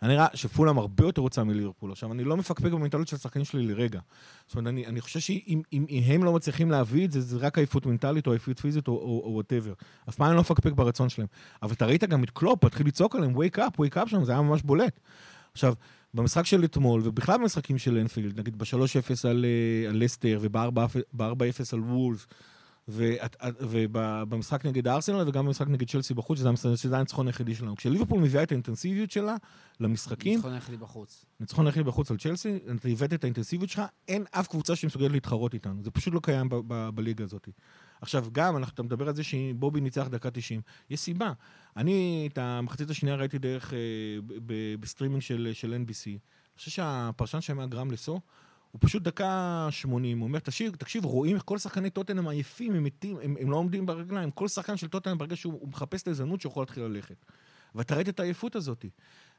היה נראה שפולאם הרבה יותר רוצה מליברפול. עכשיו, אני לא מפקפק במנטליות של השחקנים שלי לרגע. זאת אומרת, אני, אני חושב שאם אם, אם הם לא מצליחים להביא את זה, זה רק עייפות מנטלית או עייפות פיזית או וואטאבר. אף פעם אני לא מפקפק ברצון שלהם. אבל אתה ראית גם את קלופ, הוא התחיל לצעוק עליהם, wake up, wake up שם, זה היה ממש בולט. עכשיו, במשחק של אתמול, ובכלל במשחקים של אנפילד, נגיד ב-3-0 על, אה, על לסטר וב-4-0 על וולף, ואת- את- ובמשחק נגד הארסנל וגם במשחק נגד שלסי בחוץ, שזה המס- שזה הניצחון היחידי שלנו. כשליברפול מביאה את האינטנסיביות שלה למשחקים,
ניצחון היחידי בחוץ.
ניצחון היחיד בחוץ על צ'לסי, אתה הבאת את האינטנסיביות שלך, אין אף קבוצה שמסוגלת להתחרות איתנו. זה פשוט לא קיים ב- ב- בליגה הזאת. עכשיו, גם, אנחנו- אתה מדבר על זה שבובי ניצח דקה 90. יש סיבה. אני את המחצית השנייה ראיתי דרך, אה, ב- ב- בסטרימינג של, של NBC. אני חושב שהפרשן שם היה גרם לסו, הוא פשוט דקה 80, הוא אומר, תקשיב, תקשיב, רואים איך כל שחקני טוטנאם עייפים, הם מתים, הם, הם לא עומדים ברגליים. כל שחקן של טוטנאם ברגע שהוא הוא מחפש את ההזדמנות שהוא יכול להתחיל ללכת. ואתה ראית את העייפות הזאת.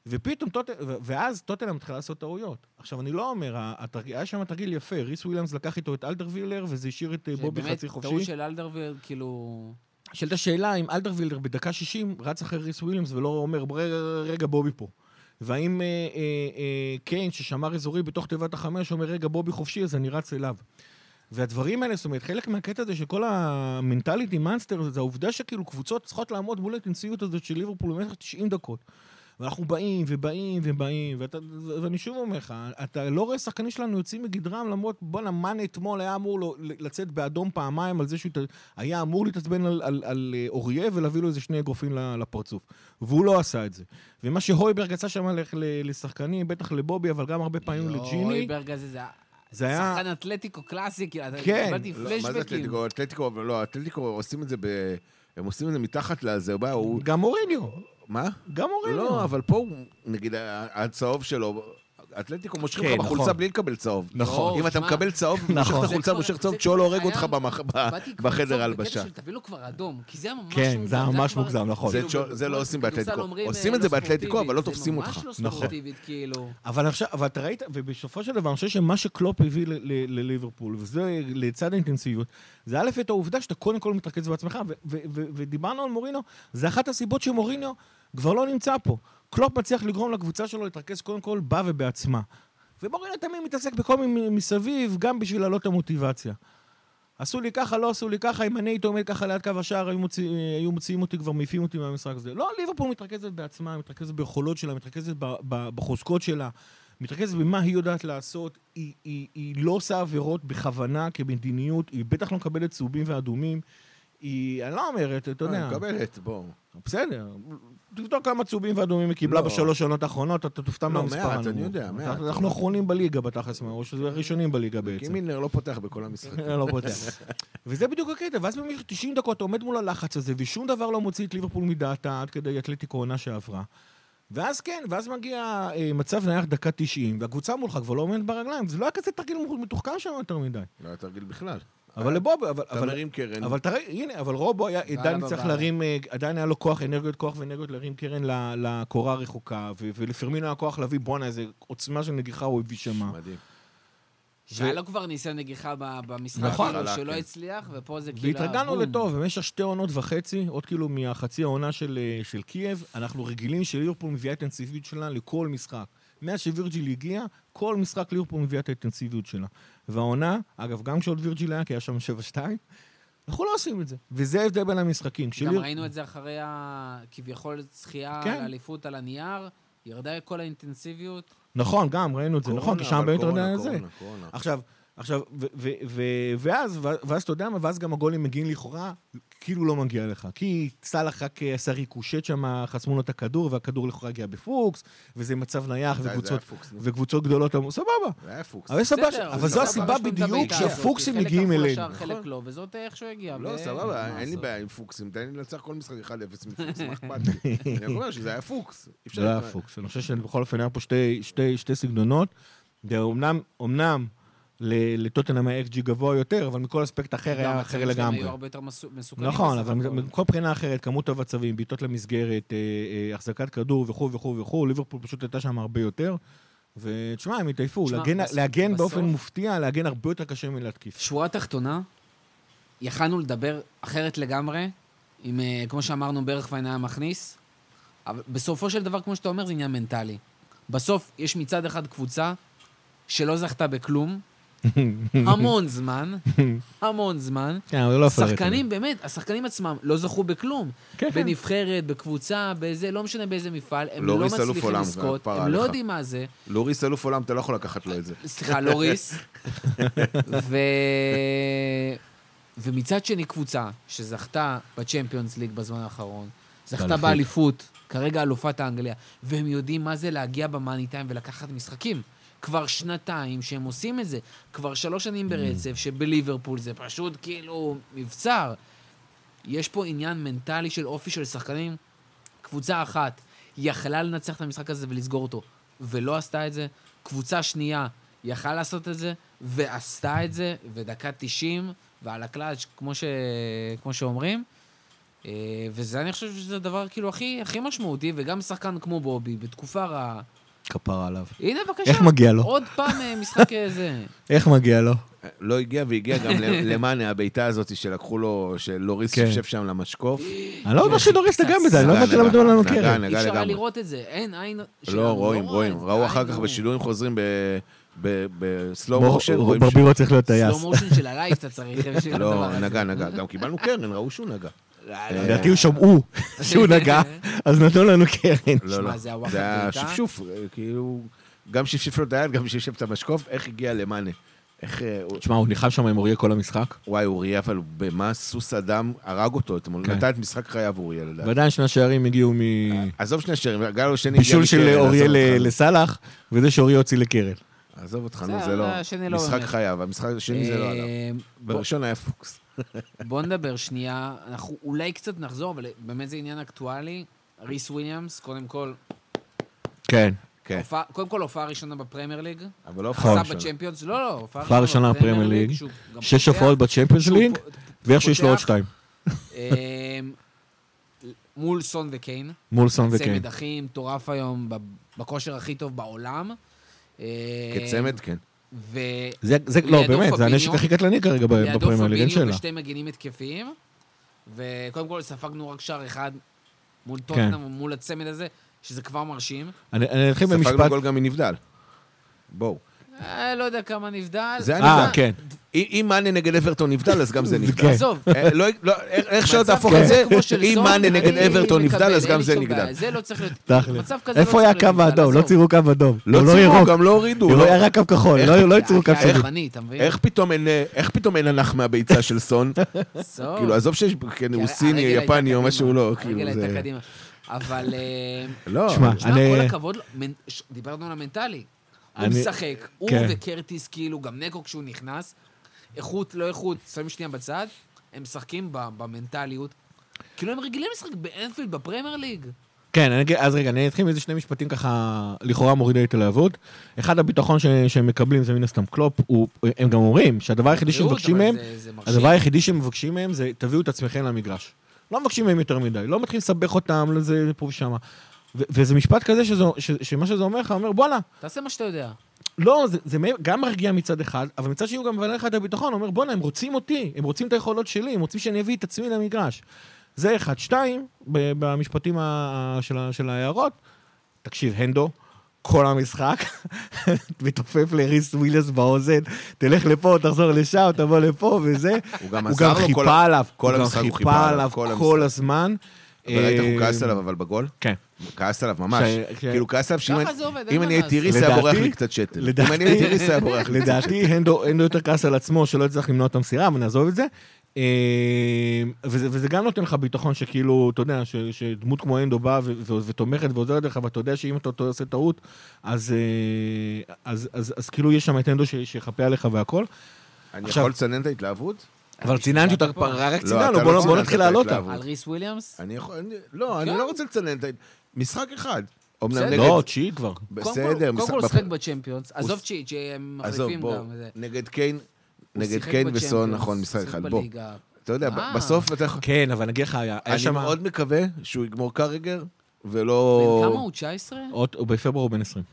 ופתאום טוטנאם, ואז טוטנאם מתחילה לעשות טעויות. עכשיו, אני לא אומר, ה- התרגיל- היה שם תרגיל יפה, ריס וויליאמס לקח איתו את אלדר וילר, וזה השאיר את אה, בובי חצי חופשי.
כן, טעות של אלדרוויל, כאילו...
שאלת השאלה אם אלדר וילדר בדקה 60 רץ אחרי ריס וויליאמס ולא אומר, רגע, רגע, בובי פה. והאם אה, אה, אה, קיין, ששמר אזורי בתוך תיבת החמש, אומר, רגע, בובי חופשי, אז אני רץ אליו. והדברים האלה, זאת אומרת, חלק מהקטע הזה של כל המנטליטי מאנסטר, זה העובדה שכאילו קבוצות צריכות לעמוד מול האינטנסיביות הזאת של ליברפול במשך 90 דקות. ואנחנו באים ובאים ובאים, ואתה, ו- ואני שוב אומר לך, אתה לא רואה שחקנים שלנו יוצאים מגדרם, למרות בואנה, מאנה אתמול היה אמור לו, לצאת באדום פעמיים על זה שהוא ת- היה אמור להתעצבן על, על, על אה, אוריה ולהביא לו איזה שני אגרופים ל- לפרצוף. והוא לא עשה את זה. ומה שהויברג עשה שם ל- ל- לשחקנים, בטח לבובי, אבל גם הרבה פעמים
לא,
לג'יני,
לא, אויברג הזה זה...
זה היה...
שחקן אתלטיקו קלאסי, כאילו, אתה-
כן.
קיבלתי
לא, מה זה
פלשבקים.
אתלטיקו? אתלטיקו, אבל לא, אתלטיקו עושים את זה ב... הם עושים את זה מתחת לזה, הוא בא, הוא...
גם אוריניו.
מה?
גם אוריניו.
לא, אבל פה הוא, נגיד, הצהוב שלו, אתלטיקו מושכים
כן,
לך בחולצה
נכון.
בלי לקבל צהוב.
נכון.
אם אתה
שמע,
מקבל צהוב, מושך
נכון.
את
זה
החולצה,
כבר-
מושך
זה
צהוב,
כבר
צ'ולו הורג
היה-
אותך במח- ב-
באתי כבר
בחדר
לצעוק
הלבשה.
בקטע של תביא לו כבר אדום, כי זה היה ממש
כן,
מוגזם,
זה היה ממש
כבר-
מוגזם, נכון.
זה
כאילו,
צ'ו- זה לא
בכדורסל
עושים באתלטיקו.
אומרים,
עושים
אה,
את זה
לא ספורטיבית,
באתלטיקו, אבל לא תופסים אותך.
זה ממש לא
נכון.
ספורטיבית, כאילו.
אבל עכשיו, אבל אתה ראית, ובסופו של דבר, אני חושב שמה שקלופ הביא ל- ל- לליברפול, וזה לצד האינטנסיביות, זה א' את העובדה שאתה קודם כל מתרכז בעצמך, ו- ו- ו- ודיברנו על מורינו, זה אחת הסיבות שמורינו כבר לא נמצא פה. קלופ מצליח לגרום לקבוצה שלו להתרכז קודם כל בה ובעצמה. ומורינו תמיד מתעסק בכל מיני מסביב, גם בשביל להעלות את המוטיבציה. עשו לי ככה, לא עשו לי ככה, אם אני הייתי עומד ככה ליד קו השער, היו, מוציא, היו מוציאים אותי, כבר מעיפים אותי מהמשחק הזה. לא, ליברפול מתרכזת בעצמה, מתרכזת ביכולות שלה, מתרכזת ב, ב, בחוזקות שלה, מתרכזת במה היא יודעת לעשות. היא, היא, היא לא עושה עבירות בכוונה, כמדיניות, היא בטח לא מקבלת צהובים ואדומים. היא, אני לא אומרת, אתה יודע,
אה, מקבלת, בוא.
בסדר. תבדוק כמה צהובים ואדומים היא קיבלה
לא.
בשלוש שנות האחרונות, אתה תופתע
לא,
מהמספר
מעט,
הנמוך.
אני יודע, מעט.
אנחנו אחרונים בליגה בתכלס, או שזה ראשונים בליגה
כי
בעצם.
מילנר לא פותח בכל המשחק.
לא פותח. וזה בדיוק הקטע, ואז במשך 90 דקות אתה עומד מול הלחץ הזה, ושום דבר לא מוציא את ליברפול מדעתה עד כדי אתלטיקו עונה שעברה. ואז כן, ואז מגיע אה, מצב נייח דקה 90, והקבוצה מולך כבר לא עומדת ברגליים, זה לא היה כזה תרגיל מתוחכם שם יותר מדי.
לא היה תרגיל בכלל.
אבל לבוב, אבל...
אתה
אבל-
מרים קרן.
אבל תראה, הנה, אבל רובו היה, עדיין
בבא.
צריך להרים, אה, עדיין היה לו כוח, אנרגיות כוח ואנרגיות להרים קרן ל- לקורה הרחוקה, ו- ולפרמינו היה כוח להביא בואנה, איזה עוצמה של נגיחה הוא הביא שמה.
מדהים.
שהיה לו כבר ניסיון נגיחה ב- במשחק,
נכון.
כאילו,
בהתחלה,
שלא
כן.
הצליח, ופה זה כאילו...
והתרגלנו
הבום.
לטוב, במשך שתי עונות וחצי, עוד כאילו מהחצי העונה של, אה, של קייב, אנחנו רגילים שליברפול מביאה את האינטנסיביות שלה לכל משחק. מאז שווירג'יל הגיע, כל משחק ליברפול מביאה את האינטנסיביות שלה. והעונה, אגב, גם כשעוד וירג'יל היה, כי היה שם 7-2, אנחנו לא עושים את זה. וזה ההבדל בין המשחקים.
גם
כשליר-
ראינו את זה אחרי ה... כביכול זכייה
כן.
על אליפות על הנייר, ירדה כל האינטנסיביות.
נכון, גם, ראינו את זה, נכון,
קורונה,
כי שם
אבל
באמת אתה
קורונה,
יודע זה.
קורונה, קורונה.
נכון.
עכשיו, עכשיו, ו- ו- ו- ואז, ו- ואז אתה יודע מה, ואז גם הגולים מגיעים לכאורה, כאילו לא מגיע לך. כי סאלח רק אה, עשה ריקושט שם, חסמו לו את הכדור, והכדור לכאורה הגיע בפוקס, וזה מצב נייח,
זה- זה היה
וקבוצות,
פוקס, נו.
וקבוצות גדולות אמרו, סבבה.
זה היה פוקס.
אבל, סבבה,
בסדר,
אבל זו
סבבה,
הסיבה
יש לו את
בדיוק
הבעיטה הזאת,
שהפוקסים מגיעים
חלק
אלינו. נכון?
הלכו לשער, חלק לא, וזאת איך שהוא הגיע.
לא,
ו-
סבבה,
מה
אין לי
לעשות?
בעיה עם פוקסים, תן לי לנצח כל משחק 1-0 מפוקס, מה אכפת לי? אני רק אומר שזה היה פוקס. אי אפשר-
זה לא היה פוקס. אני חושב שבכל אופן היה פה שתי, שתי, שתי סגנונות. ואומנם, אמנם, ל- לטוטנאם היה XG גבוה יותר, אבל מכל אספקט אחר
גם
היה אחר
המצבים שלהם
לגמרי.
היו הרבה יותר מסו- מסוכנים.
נכון,
בסך
אבל
הכל.
מכל בחינה אחרת, כמות המצבים, בעיטות למסגרת, אה, אה, החזקת כדור וכו' וכו' וכו', ליברפול פשוט הייתה שם הרבה יותר. ותשמע, הם התעייפו,
תשמע,
להגן-
בסוף-
להגן באופן
בסוף-
מופתיע, להגן הרבה יותר קשה מלהתקיף.
שורה תחתונה, יכלנו לדבר אחרת לגמרי, עם, אה, כמו שאמרנו, ברכפיין היה מכניס, אבל בסופו של דבר, כמו שאתה אומר, זה עניין מנטלי. בסוף יש מצד אחד קבוצה שלא זכתה בכלום, המון זמן, המון זמן.
כן, אבל לא
שחקנים, באמת, השחקנים עצמם לא זכו בכלום. בנבחרת, בקבוצה, באיזה, לא משנה באיזה מפעל, הם לא
לוריס אלוף
מצליחים
עולם,
לזכות,
כפרה
הם לא
עליך.
יודעים מה זה.
לוריס אלוף עולם, אתה לא
לא
יכול לקחת לו את זה.
סליחה, לוריס. ו... ומצד שני קבוצה שזכתה בצ'מפיונס ליג בזמן האחרון, זכתה
באליפות.
באליפות, כרגע אלופת האנגליה, והם יודעים מה זה להגיע במאני טיים ולקחת משחקים. כבר שנתיים שהם עושים את זה, כבר שלוש שנים ברצף, שבליברפול זה פשוט כאילו מבצר. יש פה עניין מנטלי של אופי של שחקנים. קבוצה אחת יכלה לנצח את המשחק הזה ולסגור אותו, ולא עשתה את זה. קבוצה שנייה יכלה לעשות את זה, ועשתה את זה, ודקה 90, ועל הקלאץ', כמו, ש... כמו שאומרים. אה, וזה, אני חושב שזה הדבר כאילו הכי, הכי משמעותי, וגם שחקן כמו בובי, בתקופה רעה.
כפרה עליו.
הנה, בבקשה.
איך מגיע לו?
עוד פעם אה, משחק אה, זה.
איך מגיע לו?
לא הגיע, והגיע גם ל- למאנה, הבעיטה הזאת שלקחו לו, שלוריס
כן.
יושב שם למשקוף.
אני לא יודע שנוריס נגע בזה, אני לא
נגע,
הבנתי למה
נגע,
דומה לנו
נגע,
קרן.
אי
נגע
אפשר היה
לגמרי.
לראות את זה. אין עין... שלנו,
לא, רואים, רואים.
את זה,
ראו אחר
עין
כך
לא-
בשידורים חוזרים ב- ב- בסלואו מושן. רואים ש-
ברבירו צריך להיות טייס.
סלום מושן של הלייב אתה צריך אה, בשביל הדבר
לא, אה,
הזה. אה, לא.
נגע, נגע. גם קיבלנו קרן, ראו שהוא נגע.
לדעתי הוא שמעו שהוא נגע, אז נתנו לנו קרן.
לא,
שמע,
לא.
זה הוואחד
זה היה
בעיטה.
שפשוף, אה, כאילו... גם שפשף לו את היד, גם שפשף את המשקוף, איך הגיע למאנה? איך... אה, הוא-
תשמע, הוא נלחם שם עם אוריה כל המשחק,
וואי, אוריה, אבל במה סוס אדם הרג אותו אתמול?
כן.
נתן את משחק חייו, אוריה, לדעתי.
ועדיין שני השערים הגיעו
אה.
עזוב שני שערים, הגל השני...
מבישול
הגיע
של
מקרן,
אוריה
עזוב
ל-
אותך.
לסאלח, וזה שאוריה הוציא לקרן.
עזוב אותך, נו,
זה,
זה לא...
השני לא
משחק
באמת.
חייו, המשחק השני זה לא עליו.
אה, בוא-
בראשון היה פוקס.
בוא נדבר שנייה, אנחנו אולי קצת נחזור, אבל באמת זה עניין אקטואלי. ריס וויליאמס, קודם כל,
כן.
כן,
הופעה- קודם כל הופעה ראשונה בפרמייר ליג.
אבל לא
עשה
הופעה ראשונה.
בצ'מפיונס, לא, לא,
הופעה ראשונה בפרמייר ליג,
שהוא גם
שש
פותח,
הופעות בצ'מפיונס
שהוא
ליג,
פו-
ואיכשהו יש לו עוד
פותח,
שתיים.
אה, מול סון וקיין.
מול סון וקיין.
צמד הכי מטורף היום, ב- בכושר הכי טוב בעולם. אה,
כצמד, כן.
ו...
זה, זה, לא,
לידו
באמת, זה הנשק
פביניו.
הכי קטלני כרגע ב-
לידו
בפרמייר ליג, אה, אין
פביניו
שאלה.
ושתי מגינים התקפיים, וקודם כל ספגנו רק שער אחד מול
כן.
טוטנאם, מול הצמד הזה, שזה כבר מרשים.
אני אני אתחיל
ספגנו
במשפט...
גול גם מנבדל. בואו.
אה, לא יודע כמה נבדל.
זה היה
אה,
נבדל.
כן.
אם אם מאנה נגד אברטון נבדל, אז גם זה נבדל.
כן.
עזוב.
אה, לא- לא, איך איך שלא
מצב
תהפוך
כזה
את זה,
כמו של
אם
סון,
מאנה נגד
אני
אברטון
מקבל,
נבדל, אז
אין
גם
לי
זה
שום בעיה.
נגדל.
זה לא צריך להיות...
תכל'ס.
מצב כזה לא
איפה היה
צריך להיות
הקו
נבדל,
האדום? לא
עזוב.
ציירו קו אדום.
לא
או
ציירו,
ירוק.
גם לא הורידו.
לא
לא-
היה רק קו כחול,
איך-
לא- לא
זה
יצרו קו
היה
שחור.
יווני, אתה מבין?
איך פתאום אין, אה, איך פתאום אין הנח מהביצה של סון?
עזוב.
כאילו, עזוב שיש, כן,
לא. כי
הוא
הרגל
סיני,
הייתה
יפני או
קדימה.
משהו לא,
הרגל
כאילו,
הייתה
זה...
קדימה. אבל... אה,
לא,
שמע,
תשמע,
אני-
כל הכבוד, לו, מנ- ש- דיברנו על המנטלי. הוא
אני-
משחק, הוא
כן.
וקרטיס, כאילו, גם נקו כשהוא נכנס, איכות, לא איכות, שמים שנייה בצד, הם משחקים ב- במנטליות. כאילו, הם רגילים לשחק באנפילד, בפרמייר ליג.
כן, אני אגיד- אז רגע, אני אתחיל מאיזה שני משפטים ככה, לכאורה מורידי התלהבות. אחד הביטחון ש- שהם מקבלים זה מן הסתם קלופ, הוא- הם גם אומרים שהדבר היחידי
בריאות,
שמבקשים
אבל
מהם,
זה- זה מרשים.
הדבר היחידי שמבקשים מהם זה תביאו את עצמכם למגרש. לא מבקשים מהם יותר מדי, לא מתחילים לסבך אותם לזה פה ושמה. ו- וזה משפט כזה שזו- ש- שמה שזה אומר לך, אומר בואנה,
תעשה מה שאתה יודע.
לא, זה, זה מעבר- גם מרגיע מצד אחד, אבל מצד שני הוא גם מבנה לך את הביטחון, הוא אומר, בואנה, הם רוצים אותי, הם רוצים את היכולות שלי, הם רוצים שאני אביא את עצמי למגרש. זה אחד. שתיים, ב- במשפטים ה- ה- של, ה- של ההערות, תקשיב, הנדו, כל המשחק, מתעופף לריס וויליאס באוזן, תלך לפה, תחזור לשם, תבוא לפה וזה.
הוא גם
הוא
עזר
גם
לו כל
חיפה
ה-
עליו,
כל המשחק
הוא חיפה עליו
כל
כל
המשחק.
הזמן.
אבל ראית איך הוא כעס
אה,
עליו, אבל בגול?
כן.
כעס עליו ממש.
ש- ש-
כאילו, כעס עליו שאם
ככה
אני-
זה עובד, אין
אם
מה
אני הייתי
לעשות.
ריס, היה
לדעתי-
בורח לי קצת שתל.
לדעתי-
אם אני הייתי ריס, היה בורח לי קצת שתל.
לדעתי, הנדו הנדו יותר כעס על עצמו, שלא הצליח למנוע את המסירה, אבל נעזוב את זה. אה, וזה, וזה גם נותן לך ביטחון שכאילו, אתה יודע, ש, שדמות כמו הנדו באה ו- ו- ותומכת ועוזרת לך, ואתה יודע שאם אתה, אתה עושה טעות, אז, אה, אז, אז, אז, אז כאילו יש שם את הנדו ש- שיחפה עליך והכל.
אני
עכשיו-
יכול לצנן את ההתלהבות?
אבל ציננתי אותה,
פה.
רק
לא,
ציננו,
אתה
בוא-
לא
בוא
ציננת
נתחיל
את
לעלות.
ההתלהבות.
על ריס וויליאמס?
אני יכול... אני- לא, אני
כן.
לא רוצה לצנן את ה... משחק אחד. אמנם
בסדר.
נגד...
לא, תשיעי כבר.
קודם כל-
בסדר,
קודם כל
משחק-
הוא שיחק בצ'מפיונס. עזוב צ'יט, שהם
עזוב,
מחליפים
בוא,
גם. זה.
נגד קיין,
הוא
נגד
שיחק
קיין
בצ'מפיונס,
וסון, נכון, משחק
שיחק
אחד. בוא,
בליגה.
אתה יודע,
אה.
ב- בסוף אתה יכול...
כן, אבל אני אגיד לך, היה היה
אני
שם...
מאוד מקווה שהוא יגמור קרגר,
בן
ולא...
כמה הוא? 19?
עוד- הוא בפברואר הוא בן 20.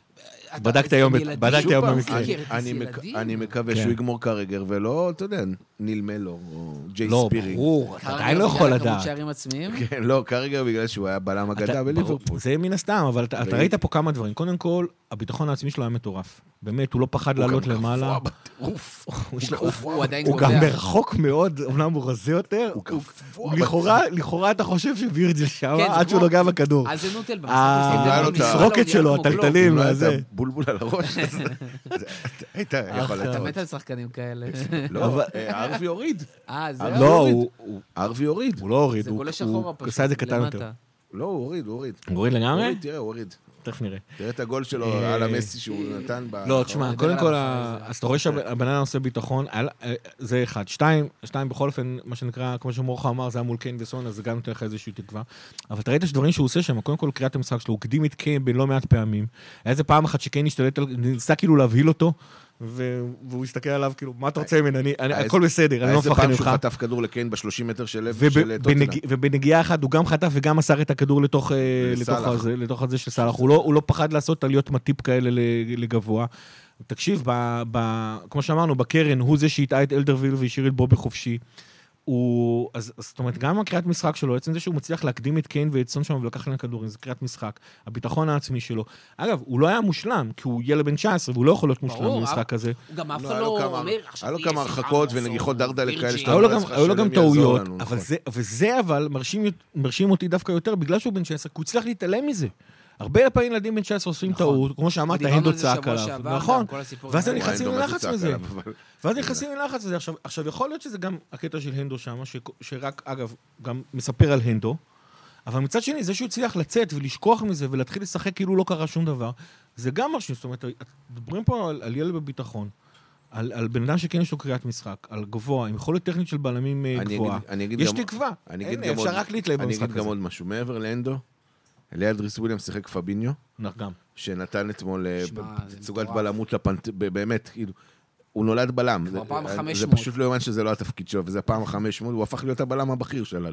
אתה-
בדקת
זה
היום ב-
ילדים.
בדקת
שוב
היום
פעם,
במקרה.
זה
אני- אני
ילדים.
מק- אני מקווה
כן.
שהוא יגמור קרגר, ולא, אתה יודע, ניל מלו, או ג'יי
לא,
ספירי.
ברור, אתה עדיין לא
בגלל
יכול
הכמות
לדעת.
שערים עצמיים?
כן, לא, קרגר בגלל שהוא היה בלם
אתה-
אגדה
ברור,
בליברפול.
זה מן הסתם, אבל אתה, אתה
ו-
ראית פה כמה דברים. קודם כל, הביטחון העצמי שלו היה מטורף. באמת, הוא לא פחד לעלות למעלה.
בטירוף.
הוא יש לו-
לא, הוא עדיין
הוא גם
קובע.
ברחוק מאוד, אמנם הוא רזה יותר. הוא
גבוה.
לכאורה, לכאורה אתה חושב שווירג'יל שם,
כן, זה
עד שהוא
כמו-
נוגע בכדור.
אז זה נוטל
אה,
זה
במשחק.
לא
התסרוקת שלו, הטלטלים.
אם לא היה
זה- אה,
את הבולבול על הראש, אז- זה- היית יכול
אחלה.
אתה
לטעות.
מת על שחקנים כאלה.
לא, אה, ערבי הוריד.
אה, זה...
לא, הוא- הוא-
ערבי הוריד.
הוא לא הוריד,
זה
הוא
גולש
הוא
אחורה פשוט.
עשה את זה קטן
למטה.
יותר.
לא, הוא הוריד, הוא הוריד.
הוא הוריד
הוא
לגמרי?
הוריד, תראה, הוא הוריד.
תכף נראה.
תראה את הגול שלו
אה,
על המסי שהוא נתן ב...
לא, תשמע,
נדבר
קודם
עליו
כל,
אחרי
ה-
זה.
אז אתה רואה שהבננה עושה ביטחון, על- אה, זה אחד. שתיים, שתיים בכל אופן, מה שנקרא, כמו שמורך אמר, זה היה מול קיין וסון, אז זה גם נותן לך איזושהי תקווה. אבל אתה ראית שדברים שהוא עושה שם, קודם כל קריאת המשחק שלו, הוא הקדים את קיין בלא מעט פעמים. היה איזה פעם אחת שקיין השתלט, על- ניסה כאילו להבהיל אותו, ו- והוא הסתכל עליו, כאילו, מה אתה רוצה ממני? אני- אני-
היה
הכל בסדר, אני לא
היה
מפחד
אה, איזה פעם
ממך.
שהוא חטף כדור לקיין ב-30 מטר של לב
וב-
של טוטנאם.
בנג- ובנגיעה אחת הוא גם חטף וגם מסר את הכדור לתוך, אה,
לסלאח.
לתוך, הזה, לתוך הזה של סאלח. הוא, לא, הוא לא פחד לעשות עליות מטיפ כאלה ל- לגבוה. תקשיב, ב, ב, כמו שאמרנו, בקרן הוא זה שהטעה את אלדרוויל והשאיר את בובי חופשי. הוא, אז, אז זאת אומרת, גם הקריאת משחק שלו, עצם זה שהוא מצליח להקדים את קיין ואת סון שם ולקח להם כדורים, זה קריאת משחק. הביטחון העצמי שלו. אגב, הוא לא היה מושלם, כי הוא ילד בן 19, והוא לא יכול להיות מושלם
ברור,
במשחק הזה.
הוא גם אף
לא,
אחד
היה
לא
לו כמה-
אומר
היה
עכשיו...
לו
תהיה
כמה
סליחה,
הרחקות
אנסון,
ונגיחות דרדלה
וירג'יל.
כאלה שאתה
היו לו גם-
אצלך
היו לו
שלם
גם
יעזור
טעויות,
לנו,
אבל
נכון.
זה- וזה אבל מרשים מרשים אותי דווקא יותר, בגלל שהוא בן 19, כי הוא הצליח להתעלם מזה. הרבה פעמים ילדים בן 19 עושים
נכון.
טעות, כמו שאמרת,
ודיברנו
הנדו
על זה
צעק
שבוע
עליו.
שעבר,
נכון.
גם כל הסיפור
ואז
עם
הם נכנסים
וואי, אני
ללחץ
דומה
מזה.
שצעק עליו, אבל-
ואז נכנסים ללחץ הזה. עכשיו, עכשיו, יכול להיות שזה גם הקטע של הנדו שם, ש- שרק, אגב, גם מספר על הנדו, אבל מצד שני, זה שהוא הצליח לצאת ולשכוח מזה ולהתחיל לשחק כאילו לא קרה שום דבר, זה גם משהו, זאת אומרת, מדברים פה על, על ילד בביטחון. על, על בן אדם שכן יש לו קריאת משחק, על גבוה, עם יכולת טכנית של בלמים אה,
אני
גבוהה.
אגיד- אני אגיד
יש
גם-
תקווה.
אני
אין,
אגיד גם עוד-
אפשר רק להתלהב
אני
במשחק
אגיד
הזה.
גם עוד משהו. מעבר לאנדו, ליד ריס וויליאם שיחק פביניו,
נח- גם.
שנתן אתמול אה,
שמע,
ב-
זה
תצוגת
מטורף.
בלמות לפנט... ב- באמת, כאילו, הוא נולד בלם.
כבר
זה-
פעם
אה,
500.
זה פשוט לא יאומן שזה לא התפקיד שלו, וזה הפעם ה-500, הוא הפך להיות הבלם הבכיר שלנו.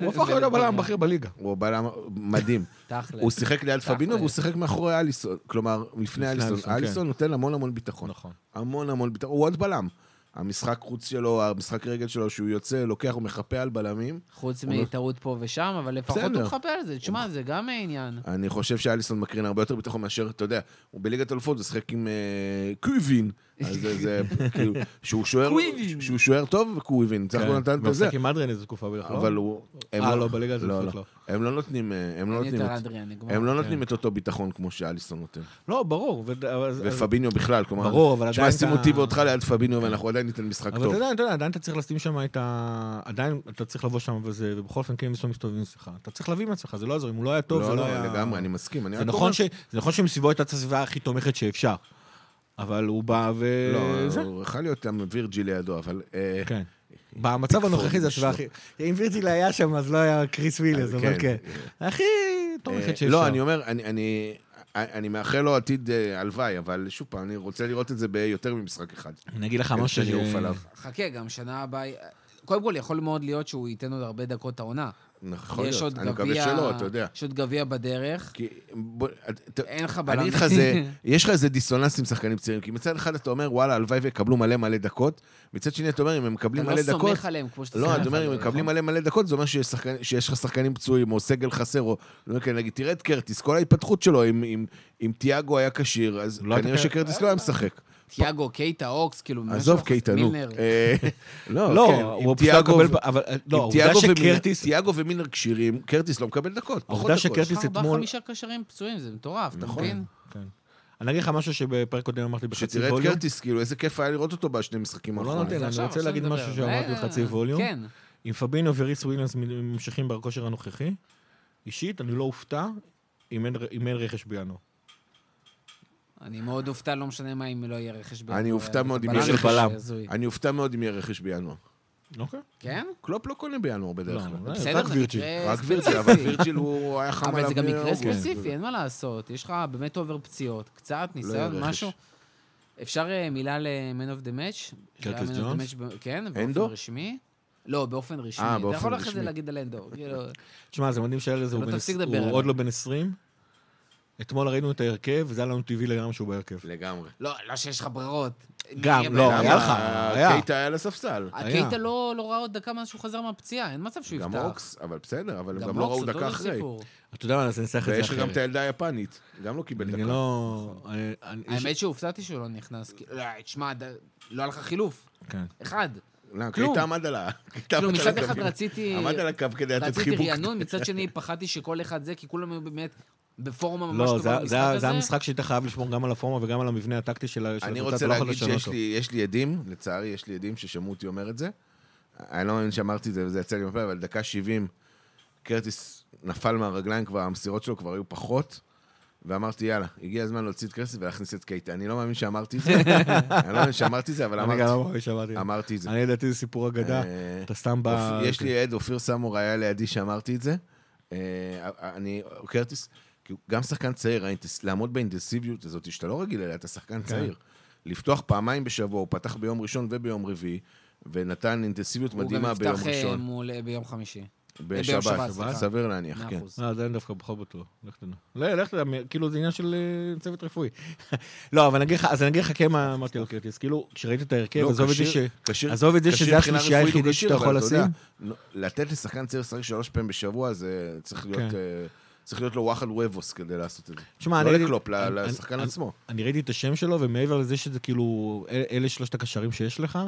הוא הפך להיות הבלם הבכיר בליגה.
הוא בלם מדהים.
לא.
תכל'ס.
הוא שיחק ליד פבינו והוא שיחק מאחורי אליסון. כלומר, לפני אליסון.
אליסון, כן.
אליסון נותן המון המון ביטחון.
נכון.
המון המון ביטחון. הוא עוד בלם. המשחק חוץ שלו, המשחק רגל שלו, שהוא יוצא, לוקח, הוא מחפה על בלמים.
חוץ
הוא לא-
מטעות פה ושם, אבל לפחות
בסדר.
הוא מכפר על זה. תשמע, זה גם עניין.
אני חושב שאליסון מקרין הרבה יותר ביטחון מאשר, אתה יודע, הוא בליגת אלופות, הוא שיחק עם אה, קוויבין. אז זה- זה כאילו, שהוא שוער-
קוויבין.
שהוא שוער טוב, קוויבין. צריך
כן.
הוא נתן את
הוא
זה.
משחק עם אדריאן איזה תקופה בטח, לא?
אבל הוא... הם
אה, לא, בליגת אלופות
הם לא נותנים... אה, הם לא
אין
נותנים
יותר
את-
אדריאן, נגמר.
הם לא
כן.
נותנים את אותו ביטחון כמו שאליסון נותן.
לא, ברור. ו- אז- אז-
ופביניו בכלל, כלומר...
ברור, אבל
תשמע,
עדיין
שים
אתה-
אותי ואותך ליד פביניו, ואנחנו עדיין ניתן משחק
אבל
טוב.
אתה יודע, אתה יודע, עדיין אתה צריך לשים שם את ה... עדיין אתה צריך לבוא שם וזה, ובכל אופן כן מסתובבים מסתובבים אצלך. אתה צריך להביא מעצמך, זה לא יעזור. אם הוא לא היה טוב, זה
לא,
לא
לא,
היה...
לגמרי, אני מסכים. אני
זה
רק
נכון
אומר-
ש- זה נכון שמסביבו הייתה את הסביבה הכי תומכת שאפשר. אבל הוא בא ו...
לא,
זה.
הוא יכול להיות גם וירג'י לידו, אבל... אה,
כן. במצב הנוכחי זה הסביבה הכי... אם וירג'יל היה שם, אז לא היה קריס וויליאס,
אה,
אבל
כן.
כן. הכי
אה,
תומכת שאפשר.
לא, אני אומר, אני- אני... אני מאחל לו עתיד אה, הלוואי, אבל שוב פעם, אני רוצה לראות את זה ביותר ממשחק אחד.
אני אגיד לך
כדי
משהו
שאני אעוף עליו.
חכה, גם שנה הבאה... קודם כל, יכול מאוד להיות שהוא ייתן עוד הרבה דקות העונה.
נכון,
יש עוד
אני מקווה
גביע-
שלא, אתה יודע.
יש עוד גביע בדרך.
כי... בוא- אתה-
אין לך בלם.
אני אגיד לך, זה- יש לך איזה דיסוננס עם שחקנים צעירים, כי מצד אחד אתה אומר, וואלה, הלוואי ויקבלו מלא מלא דקות, מצד שני אתה אומר, אם
אתה
הם מקבלים
לא
מלא דקות,
סומך עליהם כמו שאתה סומך
לא, אני אומר,
עליהם,
אם הם
נכון?
מקבלים מלא מלא דקות, זה אומר שיש שחקן- שיש לך שחקנים פצועים, או סגל חסר, או... לא יודע, כן, נגיד, תראה את קרטיס, כל ההתפתחות שלו, אם- אם- אם תיאגו היה כשיר, אז
לא
כנראה
הייתה-
שקרטיס לא היה משחק.
תיאגו, קייטה, אוקס, כאילו... ממש
עזוב,
לא-
קייטה, נו.
מילנר.
אה,
אה, לא,
כן, אם
הוא פשוט לא
תיאגו
קבל...
ו-
ב- אבל לא,
אם
העובדה
תיאגו ומילנר-
שקרטיס...
תיאגו ומילנר כשירים, קרטיס לא מקבל דקות. פחות
העובדה
דקות.
שקרטיס
יש לך ארבעה,
אתמול-
חמישה קשרים פצועים, זה מטורף, אתה
נכון.
מבין?
כן. אני אגיד לך משהו שבפרק קודם אמרתי בחצי
שתראה את
ווליום.
קרטיס, כאילו, איזה כיף היה לראות אותו בשני משחקים
הוא לא
האחרונים.
נותן. אני
עכשיו,
רוצה
עכשיו
להגיד
נדבר.
משהו שאמרתי
אה,
בחצי ווליום.
כן.
אם פבינו וריס וויליאמס ממשיכים בכושר הנוכחי, אישית, אני לא אופתע אם אין- אם אין רכש בינואר.
אני מאוד אופתע, לא משנה מה, אם לא יהיה רכש בינואר.
אני אופתע מאוד אם
בלם
יש לו
רכש
בלם.
הזוי.
אני אופתע מאוד אם יהיה רכש בינואר.
אוקיי.
כן?
קלופ לא קונה בינואר
לא,
בדרך כלל.
אה,
בסדר,
רק
זה
וירג'יל.
מקרה
רק וירג'יל, אבל
ספציפי.
וירג'יל הוא היה חם עליו. כן.
אבל זה גם מקרה
מאוגוסט.
ספציפי, אין מה לעשות. יש לך באמת אובר פציעות, קצת
לא
ניסיון,
רכש.
משהו. אפשר אה, מילה ל-Man of the Match? שהיה Man of the
ג'ונס?
Match ב- כן, באופן
אנדו? אה,
רשמי. לא, באופן רשמי.
באופן
אתה יכול אחרי זה
רשמי.
להגיד על אנדו. כאילו,
תשמע, זה מדהים שהילד הזה הוא
לא
בן-
תפסיק לדבר
הוא
עליו.
עוד לא בן 20, אתמול ראינו את ההרכב, וזה היה לנו טבעי לגמרי שהוא בהרכב.
לגמרי.
לא, לא שיש לך ברירות.
גם,
מי-
לא, היה
גם
לך,
ה-
היה.
קייטה היה לספסל.
היה.
הקייטה לא לא ראה עוד דקה מאז שהוא חזר מהפציעה, אין מצב שהוא יפתח.
גם אוקס, אבל בסדר, אבל הם גם לא
אוקס,
ראו
אותו
דקה אחרי.
סיפור.
אתה יודע מה, אז ננסח את זה
ויש לך
אחרת.
גם את הילדה היפנית, גם לא קיבל
אני
דקה.
לא... אני- אני- יש-
האמת שהופתעתי שהוא לא נכנס. כי- לא, תשמע, ד- לא היה לך חילוף.
כן.
אחד.
לא,
כלום.
קייטה עמד על ה... קייטה
כאילו,
עמד על
מצד אחד
הקווים.
רציתי...
עמד על הקו כדי לתת
רציתי
חיבוק.
רענון, מצד שני פחדתי שכל אחד זה, כי כולם היו באמת בפורמה ממש
לא,
טובה
זה היה-
במשחק
זה היה-
הזה.
זה היה משחק שהיית חייב לשמור גם על הפורמה וגם על המבנה הטקטי של ה- של
אני
הקבוצה,
רוצה
אתה לא יכול
להגיד
לשנות
שיש
אותו.
לי, יש לי עדים, לצערי יש לי עדים ששמעו אותי אומר את זה. אני לא מאמין שאמרתי את זה וזה יצא לי מפה, אבל דקה 70, קרטיס נפל מהרגליים כבר, המסירות שלו כבר היו פחות. ואמרתי, יאללה, הגיע הזמן להוציא את קרטיס ולהכניס את קייטה. אני לא מאמין שאמרתי את זה, אני לא מאמין שאמרתי את זה, אבל
אני גם לא
אמרתי,
מאמין שאמרתי.
אמרתי את זה.
אני לדעתי זה סיפור אגדה.
אה,
אתה כן. סתם בא...
אופ- יש לי עד, אופיר סמור היה לידי שאמרתי את זה. אה, אני, קרטיס, כאילו, גם שחקן צעיר, האינטס- לעמוד באינטנסיביות הזאת, שאתה לא רגיל אליה, אתה שחקן
כן.
צעיר. לפתוח פעמיים בשבוע, הוא פתח ביום ראשון וביום רביעי, ונתן אינטנסיביות מדהימה
הוא גם
ביום
יפתח אה,
ראשון.
מול- ביום חמישי. ביום שבת, סליחה.
בשבת, סביר להניח,
מאה
כן.
אחוז.
אה, זה אני דווקא פחות בטוח, לך תדע. לא, לך תדע, מ- כאילו זה עניין של אה, צוות רפואי. לא, אבל אני אגיד לך, אז אני אגיד לך כן מה אמרתי על קרטיס. כאילו, כשראיתי את ההרכב,
לא,
עזוב את זה ש...
כשיר- כשיר-
עזוב את זה
כשיר
שזה
מבחינה
השלישייה
רפואית הוא
היחידית
כשיר,
שאתה
אבל
יכול
אתה יודע,
לשים.
נו, לתת לשחקן צעיר לשחק שלוש פעמים בשבוע, זה צריך להיות...
כן.
אה, צריך להיות לו וואחד וובוס כדי לעשות את זה.
תשמע,
לא
אני-
לקלופ, ל-
אני-
לשחקן
אני-
עצמו.
אני ראיתי את השם שלו, ומעבר לזה שזה כאילו, אל- אלה שלושת הקשרים שיש לך,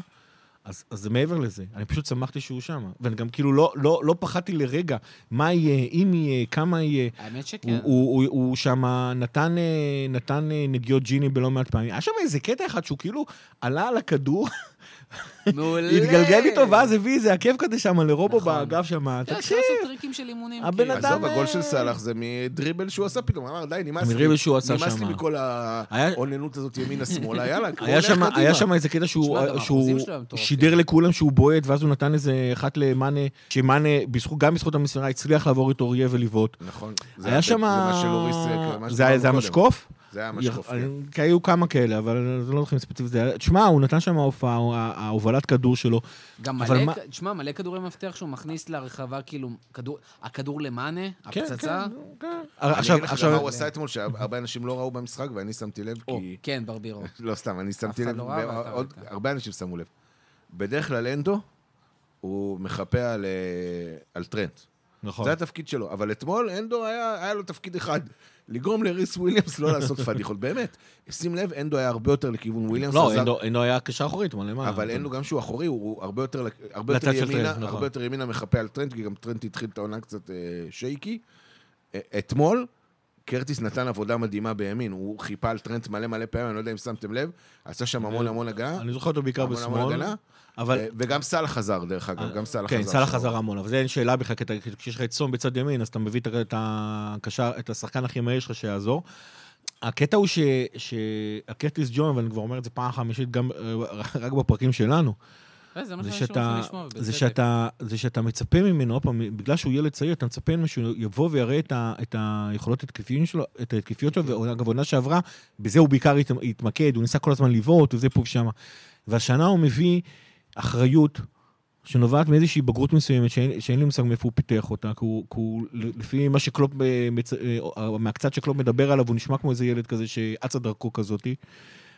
אז, אז זה מעבר לזה. אני פשוט שמחתי שהוא שם. ואני גם כאילו לא, לא, לא פחדתי לרגע מה יהיה, אם יהיה, כמה יהיה.
האמת שכן.
כן.
הוא, הוא, הוא, הוא שם נתן, אה, נתן אה, נגיעות ג'יני בלא מעט פעמים. היה שם איזה קטע אחד שהוא כאילו עלה על הכדור,
מעולה.
התגלגל איתו, ואז הביא איזה עקב כזה שם לרובו
נכון.
באגף שם.
כן,
אתה יודע, אפשר
תקשיב.
לעשות טריקים של אימונים.
הבן
כאילו.
אדם-
עזוב, הגול
אה,
של סאלח זה מדריבל שהוא עשה פתאום, אמר, די, נמאס לי.
מדריבל שהוא עשה
נמאס לי
שמה.
מכל
היה-
האוננות הזאת ימינה-שמאלה, יאללה, הוא
היה
הולך
שם, היה
קדימה.
שם איזה קטע שהוא,
תשמע, גם
שהוא
האחוזים שלו הם מטורפים.
שידר לכולם שהוא בועט, ואז הוא נתן איזה אחת למאנה, שמאנה, בזכות, גם בזכות המסירה, הצליח לעבור את אוריה ולבעוט.
נכון. זה
היה
הפ-
שם...
זה מה שלוריס... כאילו, מה
זה
שדיברנו
היה- זה
קודם.
המשקוף?
זה היה המשקוף,
אני-
כן.
כי היו כמה כאלה, אבל זה לא הולכים ספציפית. זה היה- תשמע, הוא נתן שם הופעה, הוא- ההובלת כדור שלו.
גם
אבל
מלא,
מה-
תשמע, מלא כדורי מפתח שהוא מכניס לרחבה, כאילו, כדור- הכדור למאנה,
כן,
הפצצה.
כן, כן.
אני
עכשיו,
אגיד לך גם
עכשיו...
מה הוא עשה אתמול, שהרבה אנשים לא ראו במשחק, ואני שמתי לב,
או,
כי...
כן, ברבירו.
לא סתם, אני שמתי
אחד
לב,
לא ראה, אבל אתה
ועוד
ראית.
הרבה אנשים שמו לב. בדרך כלל אנדו, הוא מחפה על, אה, על טרנט.
נכון.
זה התפקיד שלו. אבל אתמול אנדו היה, היה לו תפקיד אחד, לגרום לריס וויליאמס לא לעשות פדיחות. באמת, שים לב, אנדו היה הרבה יותר לכיוון וויליאמס.
לא,
עזר-
אינו- אינו היה קשר אחורית, מה למעלה.
אבל אנדו גם שהוא אחורי, הוא הוא הרבה יותר, לק- הרבה יותר
לצד נכון, של
ימינה,
טרנט, נכון.
הרבה יותר ימינה מחפה על טרנט, כי גם טרנט התחיל את העונה קצת אה, שייקי. אה, אתמול, קרטיס נתן עבודה מדהימה בימין, הוא חיפה על טרנט מלא מלא פעמים, אני לא יודע אם שמתם לב, עשה שם המון המון הגעה.
אני זוכר אותו בעיקר
המון המון
בשמאל.
הגנה.
אבל
אה, וגם סאלח חזר, דרך אגב, גם סאלח חזר.
כן, סאלח
שם.
חזר המון, אבל זה אין שאלה בכלל, כי אתה- כשיש לך את סום בצד ימין, אז אתה מביא את ה- את הקשר, את השחקן הכי מהיר שלך שיעזור. הקטע הוא ש- שהקרטיס ג'ון, ואני כבר אומר את זה פעם חמישית, גם אה, רק בפרקים שלנו,
אה, זה מה
זה
שאנשים
שאתה,
רוצים לשמוע, ובצדק.
זה שאתה, זה שאתה מצפה ממנו, עוד פעם, בגלל שהוא ילד צעיר, אתה מצפה ממנו שהוא יבוא ויראה את, ה, את היכולות התקפיות שלו, את ההתקפיות שלו, ואגב, עונה שעברה, בזה הוא בעיקר הת, התמקד, הוא ניסה כל הזמן לבעוט וזה פה ושם. והשנה הוא מביא אחריות שנובעת מאיזושהי בגרות מסוימת, שאין, שאין לי מושג מאיפה הוא פיתח אותה, כי הוא, כי הוא לפי מה שקלופ, אה, מצ- אה, מהקצת שקלופ מדבר עליו, הוא נשמע כמו איזה ילד כזה שאצה דרכו כזאתי.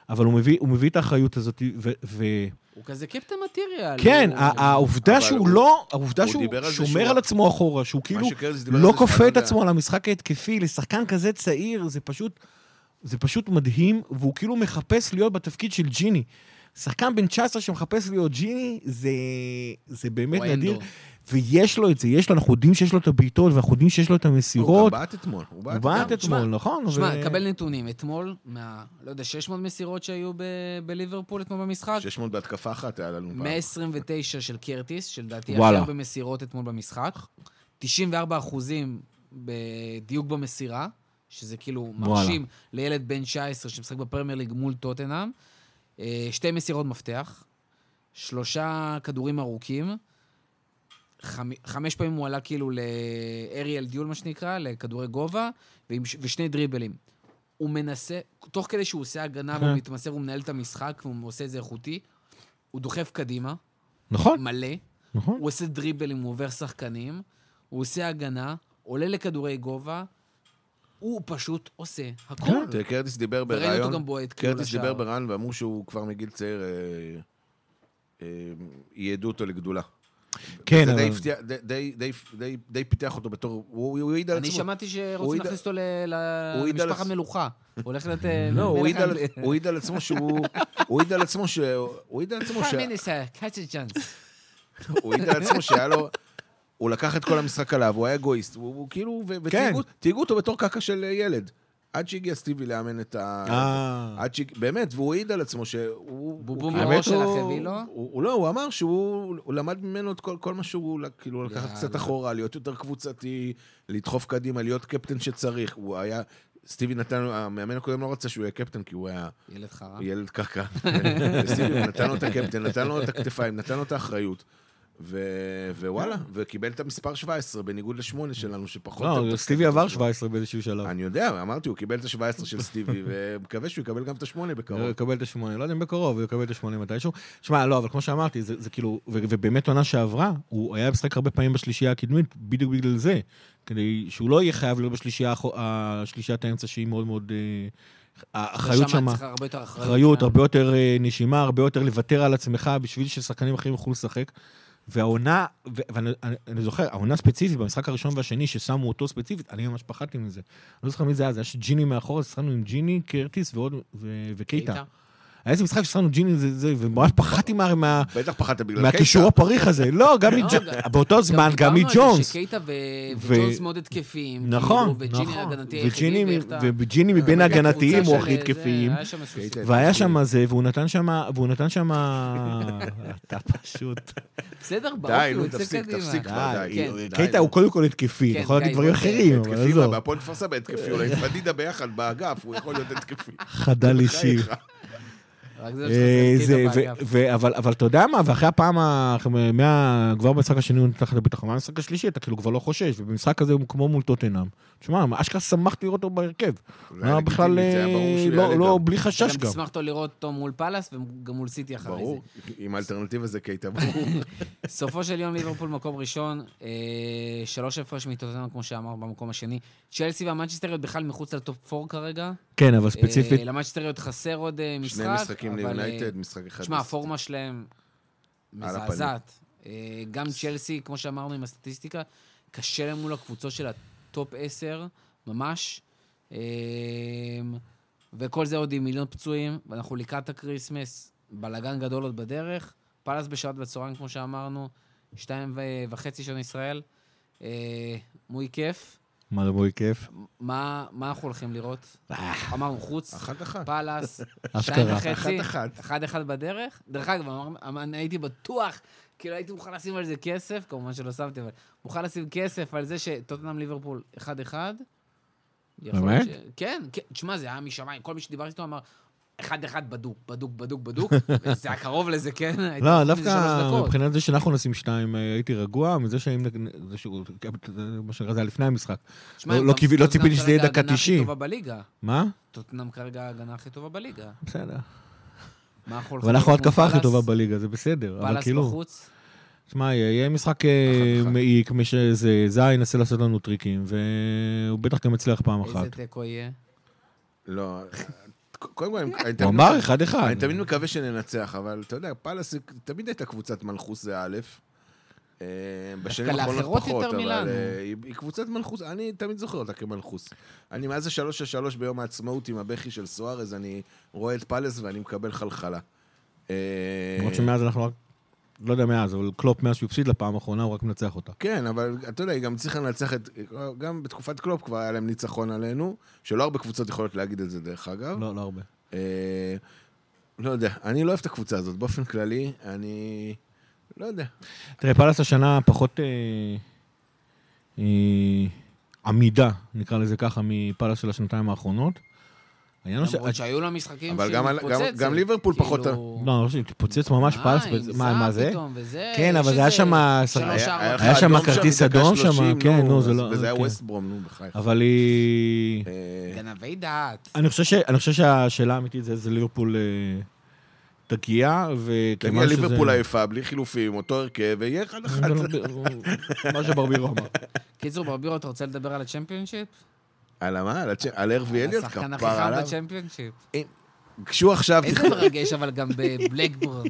אבל הוא מביא, הוא מביא את האחריות הזאת, ו... ו-
הוא כזה קפטן מטריאל.
כן,
הוא-
ה- העובדה
אבל
שהוא
הוא-
לא, העובדה
הוא
שהוא
דיבר על זה שהוא-
שומר על עצמו אחורה, שהוא כאילו
שקרליס דיבר על
לא
זה, שאני
כופה
לא
את
יודע.
עצמו על המשחק ההתקפי, לשחקן כזה צעיר, זה פשוט, זה פשוט מדהים, והוא כאילו מחפש להיות בתפקיד של ג'יני. שחקן בן 19 שמחפש להיות ג'יני, זה, זה באמת
הוא אין
נדיר.
לו.
ויש לו את זה, יש לו, אנחנו יודעים שיש לו את הבעיטות, ואנחנו יודעים שיש לו את
הוא גם
המסירות.
בעט אתמול. הוא
הוא
בעט אתמול.
בעט
תשמע,
אתמול, נכון?
שמע,
ו-
קבל נתונים. אתמול, מה, לא יודע, 600 מסירות שהיו ב- בליברפול אתמול במשחק,
600 בהתקפה אחת היה לנו פעם.
129 של קרטיס, שלדעתי הכי
וואלה.
הרבה מסירות אתמול במשחק, 94 אחוזים בדיוק במסירה, שזה כאילו
וואלה.
מרשים לילד בן 19 שמשחק בפרמייר ליג מול טוטנאם, אה, שתי מסירות מפתח, שלושה כדורים ארוכים, חמ- חמש פעמים הוא עלה כאילו לאריאל דיול, מה שנקרא, לכדורי גובה, ועם ש- ושני דריבלים. הוא מנסה, תוך כדי שהוא עושה הגנה והוא מתמסר, הוא מנהל את המשחק והוא עושה את זה איכותי, הוא דוחף קדימה,
נכון,
מלא,
נכון.
הוא עושה דריבלים, הוא עובר שחקנים, הוא עושה הגנה, עולה לכדורי גובה, הוא פשוט עושה
כן.
הכול.
תראה, קרטיס דיבר
וראינו
בריאיון...
אותו גם בועט, כאילו,
קרטיס
לשער.
דיבר בריאיון ואמרו שהוא כבר מגיל צעיר... אה, אה, ייעדו אותו לגדולה.
כן,
זה
אבל...
די הפתיע- די- די- די- די- די פיתח אותו בתור... הוא הוא העיד על עצמו.
אני שמעתי
הוא
שרוצים
העיד-
להכניס אותו ל-
הוא העיד על
למשפחת
עצ-
מלוכה. הוא הולך לתת...
לא, הוא העיד על- הוא העיד על עצמו שהוא... הוא העיד על עצמו ש... הוא העיד על עצמו ש...
פרמיניסה, קאצ'ג'אנס.
הוא העיד על עצמו שהיה לו... הוא לקח את כל המשחק עליו, הוא היה אגואיסט, הוא, הוא כאילו,
כן.
ו- ותהיגו תהיגו אותו בתור קקע של ילד. עד שהגיע סטיבי לאמן את ה...
אה.
עד ש... באמת, והוא העיד על עצמו שהוא...
בובו
הוא-
מראש
האמת,
של
הוא-
החביא לו?
הוא הוא לא, הוא אמר שהוא הוא למד ממנו את כל, כל מה שהוא, ל- כאילו, לקחת קצת אחורה, להיות יותר קבוצתי, לדחוף קדימה, להיות קפטן שצריך. הוא היה... סטיבי נתן, לו- המאמן הקודם לא רצה שהוא יהיה קפטן, כי הוא היה...
ילד חרא.
ילד קרקע. וסילבן נתן לו את הקפטן, נתן לו את הכתפיים, נתן לו את האחריות. ו- ווואלה, וקיבל את המספר 17, בניגוד לשמונה שלנו, שפחות... או
לא,
יותר-
סטיבי עבר 17 באיזשהו שלב.
אני יודע, אמרתי, הוא קיבל את ה-17 של סטיבי, ומקווה שהוא יקבל גם את השמונה
הוא
בקרוב.
יקבל את השמונה, לא יודע אם בקרוב, הוא יקבל את השמונה מתישהו. שמע, לא, אבל כמו שאמרתי, זה, זה כאילו, ו- ובאמת עונה שעברה, הוא היה משחק הרבה פעמים בשלישייה הקדמית, בדיוק בגלל זה. כדי שהוא לא יהיה חייב להיות בשלישייה, האחו- השלישיית האמצע שהיא מאוד מאוד... אה, האחריות
שם
שמה,
צריך הרבה יותר אחריות.
אחריות,
כן.
הרבה יותר אה, נשימה, הרבה יותר לוותר על עצמך בשביל ששחקנים אחרים יוכלו לשחק. והעונה, ו- ואני אני- אני זוכר, העונה ספציפית, במשחק הראשון והשני, ששמו אותו ספציפית, אני ממש פחדתי מזה. אני לא זוכר מי זה היה, זה היה שג'יני מאחור, אז שחקנו עם ג'יני, קרטיס ועוד, ו- וקייטה.
איתה.
היה איזה משחק ששמנו ג'יני, זה- זה- וממש פחדתי מה- מה-
בטח פחדת בגלל קייטה.
מהקישור הפריך הזה. לא, גם
לא,
מג'ונס,
גם-
באותו זמן, גם
דיברנו על זה
מג'ונס.
שקייטה ו-
ו-
וג'ונס מאוד התקפיים.
נכון,
כאילו, וג'יני
נכון.
ההגנתי היחידי,
וג'יני-
ואיך אתה-
וג'יני מבין
רגע, הקבוצה
ההגנתיים הוא
של
הכי
זה,
התקפיים.
היה שם איזשהו
קייטה.
סיפור.
והיה שם זה, והוא נתן שם, והוא נתן שם... אתה פשוט...
בסדר, ברור,
די,
הוא
נו,
יוצא
תפסיק,
קדימה.
תפסיק כבר,
די,
די. כאילו.
כן.
די,
קייטה
נו.
הוא קודם כל התקפי,
כן,
יכול להגיד
די,
דברים
בוא,
אחרים, אבל
התקפי, מה,
עזוב.
בהפועל כפר סבא התקפי, אולי עם פדידה ביחד באגף, הוא יכול להיות התקפי.
חדל אישי.
בחייך.
רק זה לא
אה,
שחסר
זה,
קייטה
ו-
באגף.
ו- אבל אבל אתה יודע מה, ואחרי הפעם, ה- מה- כבר במשחק השני הוא נתן לך את הביטחון, במשחק השלישי אתה כאילו כבר לא חושש, ובמשחק הזה הוא כמו מול טוטנאם. תשמע, אשכרה שמחתי לראות אותו בהרכב.
זה היה
לא, בכלל,
לגיטימי, כן זה היה ברור
אה,
שהוא
לא-
יעלה
לא,
גם.
בלי חשש
גם
גם.
תשמח אותו לראות אותו מול פאלאס וגם מול סיטי אחרי זה.
ברור, עם האלטרנטיבה זה קייטה, ברור.
סופו של יום ליברפול מקום ראשון, אה, שלוש הפרש מטוטנאם, כמו שאמר, במקום השני. צ'לסי והמנצ'סטריות בכלל מחוץ לטופ 4 כרגע.
כן, אבל
אה,
ספציפית,
למנצ'סטריות חסר עוד אה, משחק.
שני משחקים
אבל, אה,
ליונייטד, משחק אחד.
תשמע,
לס-
הפורמה שלהם
הפנים.
מזעזעת. אה, גם צ'לסי, כמו שאמרנו עם הסטטיסטיקה, קשה להם מול הקבוצות של הטופ 10, ממש. אה, וכל זה עוד עם מיליון פצועים, ואנחנו לקראת הקריסמס, בלאגן גדול עוד בדרך. פלאס בשעת בצהריים, כמו שאמרנו, שתיים ו- וחצי שעון ישראל. אה, מוי כיף.
מה זה מוי כיף?
מה, מה אנחנו הולכים לראות? אמרנו חוץ,
אחת אחת.
פאלאס, אה, שתיים
אה, אשכרה.
וחצי,
אחת-אחת.
אחד אחד בדרך. דרך אגב, אמר- אמר- אני הייתי בטוח, כאילו הייתי מוכן לשים על זה כסף, כמובן שלא שמתי, אבל מוכן לשים כסף על זה שטוטנאם ליברפול אחד אחד. יכול להיות
באמת?
ש- כן, כן, תשמע, זה היה משמיים, כל מי שדיברתי איתו אמר... אחד אחד בדוק, בדוק, בדוק, בדוק, זה היה קרוב לזה, כן? הייתי
לא,
חושב שזה שלוש
דווקא
דקות.
מבחינת זה שאנחנו נשים שתיים, אה, הייתי רגוע, מזה שאם... נג- זה שהוא- זה מה שנקרא, זה היה לפני המשחק.
תשמע,
לא-
גם
לא קיוו- לא
טוטנהאם
ציפיתי שזה יהיה
כרגע
דקה
ההגנה הכי
90.
טובה בליגה.
מה?
טוטנאם כרגע ההגנה הכי טובה בליגה.
בסדר.
מה אנחנו הולכים...
אבל אנחנו
לראות?
ההתקפה הכי
פאלאס-
טובה בליגה, זה בסדר. אבל
פאלאס
כאילו,
בחוץ.
תשמע, יהיה משחק אה,
אחת-אחת.
מעיק, מי שזה, זה ינסה לעשות לנו טריקים, והוא בטח גם יצליח פעם אחת.
איזה תיקו יהיה?
לא, קודם כל, אני אני תמיד
הוא אמר אחד אחד.
אני תמיד מקווה שננצח, אבל אתה יודע, פאלאס היא- תמיד הייתה קבוצת מלכוס זה א', אה, בשנים
דווקא
האחרונות
לאחרות
פחות,
יותר
אבל
מלנו.
אה, היא היא קבוצת מלכוס, אני תמיד זוכר אותה כמלכוס. אני מאז השלוש השלוש ביום העצמאות עם הבכי של סוארז, אני רואה את פאלאס ואני מקבל חלחלה. אה,
למרות שמאז אנחנו רק... לא יודע מאז, אבל קלופ מאז שהוא הפסיד לפעם האחרונה, הוא רק מנצח אותה.
כן, אבל אתה יודע, היא גם צריכה לנצח את... גם בתקופת קלופ כבר היה להם ניצחון עלינו, שלא הרבה קבוצות יכולות להגיד את זה, דרך אגב.
לא, לא הרבה.
אה, לא יודע, אני לא אוהב את הקבוצה הזאת. באופן כללי, אני... לא יודע.
תראה, פלס השנה פחות אה, אה, עמידה, נקרא לזה ככה, מפלס של השנתיים האחרונות. העניין הוא ש...
למרות שהיו לו משחקים
אבל גם-
שהיא
גם-
מתפוצצת,
גם ליברפול
כאילו,
פחות-
לא, אני חושב שתפוצץ ממש פלס,
עם
בזה- מה, מה
זהב
זה?
פתאום, וזה,
כן, אבל
יש
זה היה
איזה
שמה-
שלוש,
היה-
ארבע
היה לך
היה שם
אדום
כרטיס
בדקה
אדום שם,
30,
כן, נו, זה
אז-
לא-
וזה היה
כן.
ווסט ברום, נו, בחייך.
אבל היא...
אה,
גנבי דעת.
אני חושב, ש... אני חושב שהשאלה האמיתית זה איזה ליברפול אה, תגיע,
תגיע
וכיוון שזה... לא,
ליברפול היפה, בלי חילופים, אותו הרכב, ויהיה אחד אחד.
מה שברבירו אמר.
קיצור, ברבירו, אתה רוצה לדבר על הצ'מפיונשיפ?
על המה? על הצ'מ- על הרבי אליוט?
השחקן הכי
כפרה
חם
עליו.
בצ'מפיונשיפ.
כשהוא עכשיו...
איזה מרגש, אבל גם בבלקבורן.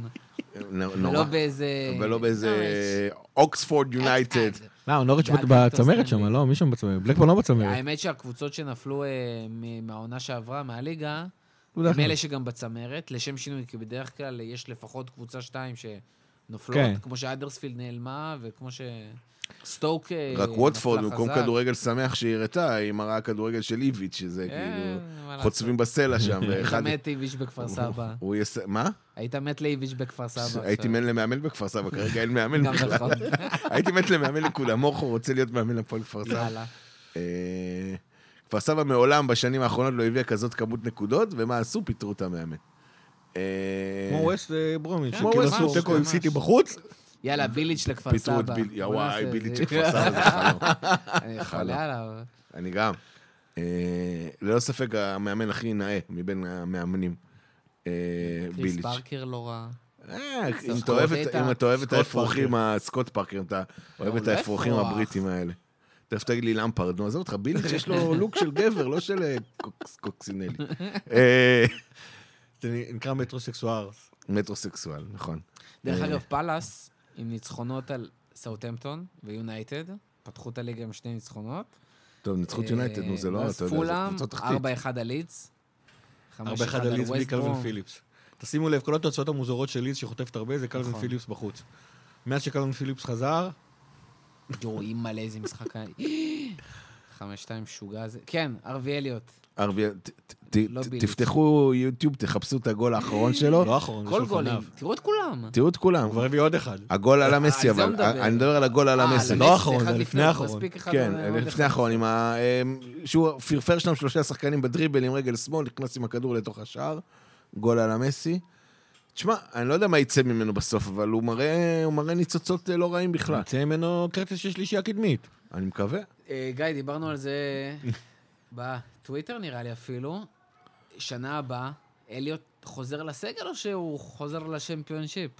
נו- נורא.
ולא אה, באיזה...
ולא באיזה אוקספורד יונייטד.
למה, נוריץ'
בעד
בצמרת
אוסטרלי.
שם, לא? מי שם בצמרת? בלקבורן לא בצמרת.
האמת שהקבוצות שנפלו אה, מ- מהעונה שעברה, מהליגה,
הוא דרך
הם אלה
אגב.
שגם בצמרת, לשם שינוי, כי בדרך כלל יש לפחות קבוצה שתיים שנופלות,
כן.
כמו שאדרספילד נעלמה, וכמו שסטוק אה,
רק ווטפורד,
נפלה
במקום
חזק.
כדורגל שמח שהיא הראתה, היא מראה כדורגל של איביץ', שזה
כן,
כאילו...
מה לעשות.
חוצבים בסלע שם, ואחד...
היית מת לאיביץ' בכפר סבא.
הוא יס... מה?
היית מת לאיביץ' בכפר סבא.
הייתי
עכשיו.
מן למאמן בכפר סבא, כרגע אין מאמן
גם
בכלל.
נכון.
הייתי מת למאמן לכולם, מורכו רוצה להיות מאמן הפועל כפר סבא.
נכון. יאללה.
אה, כפר סבא מעולם בשנים האחרונות לא הביאה כזאת כמות נקודות, ומה עשו? פיטרו את המאמן. אה,
כמו ווסט אה, ברומיץ',
כן,
שכאילו
ממש,
עשו תיקו עם
ממש.
סיטי בחוץ,
יאללה, ביליץ' לכפר
פיטרו את
סבא.
ביל... יא
בוא
וואי,
נעשה
ביליץ'
זה. אה, נכון,
של כפר סבא
אני
זה חלום.
חולה עליו.
אני גם. אה, ללא ספק המאמן הכי נאה מבין המאמנים. אה,
קריס
ביליץ'.
פארקר לא רע.
אה, אם
סקוט
אתה אוהב את-
דאטה.
אם אתה אוהב את
סקוט
האפרוחים, הסקוט פארקר, אתה אוהב את
לא
האפרוחים
אפרוח.
הבריטים האלה. תכף תגיד לי למפרד, נו, עזוב אותך, ביליץ' יש לו לוק של גבר, לא של אה, קוקס- קוקסינלי. אה,
זה נקרא מטרוסקסואר.
מטרוסקסואל, נכון.
דרך
אה.
אגב, פאלאס, עם ניצחונות על סאוטהמפטון ויונייטד, פתחו את הליגה עם שני ניצחונות.
טוב, ניצחו את יונייטד, נו, זה לא,
ואז
אתה יודע, זה
אה, פולאם,
קבוצות תחתית.
4-1 על לידס.
4-1 על ליץ בלי קלווין פיליפס. תשימו לב, כל התוצאות המוזרות של ליץ שחוטפת הרבה זה קלווין
נכון.
פיליפס בחוץ. מאז שקלווין פיליפס חזר,
יואו, אימא'לה, איזה משחק היה. 5-2 משוגע זה. כן, ארווי אליוט.
ערבי, ת- ת- ת-
לא
ת-
ביליץ'.
תפתחו יוטיוב, תחפשו את הגול האחרון שלו,
לא אחרון,
כל גולים,
הוא
תראו את כולם.
תראו את כולם.
כבר הביא עוד אחד.
הגול על
אה, זה
המסי,
הוא
אבל
מדבר.
אני מדבר על הגול על
אה,
המסי.
למסי
לא האחרון,
אחד
זה
לפני,
לפני
אז
האחרון.
מספיק אחד
כן,
עוד אחד.
לפני האחרון, עם ה... אמ, שהוא פרפר שם שלושה שחקנים בדריבל עם רגל שמאל, נכנס עם הכדור לתוך השער, גול על המסי. תשמע, אני לא יודע מה יצא ממנו בסוף, אבל הוא מראה, הוא מראה ניצוצות אה, לא רעים בכלל.
יוצא ממנו כרטיס של שלישייה קדמית.
אני מקווה.
אה, גיא, דיברנו על זה בטוויטר נראה לי אפילו. שנה הבאה, אליוט חוזר לסגל או שהוא חוזר לשמפיונשיפ?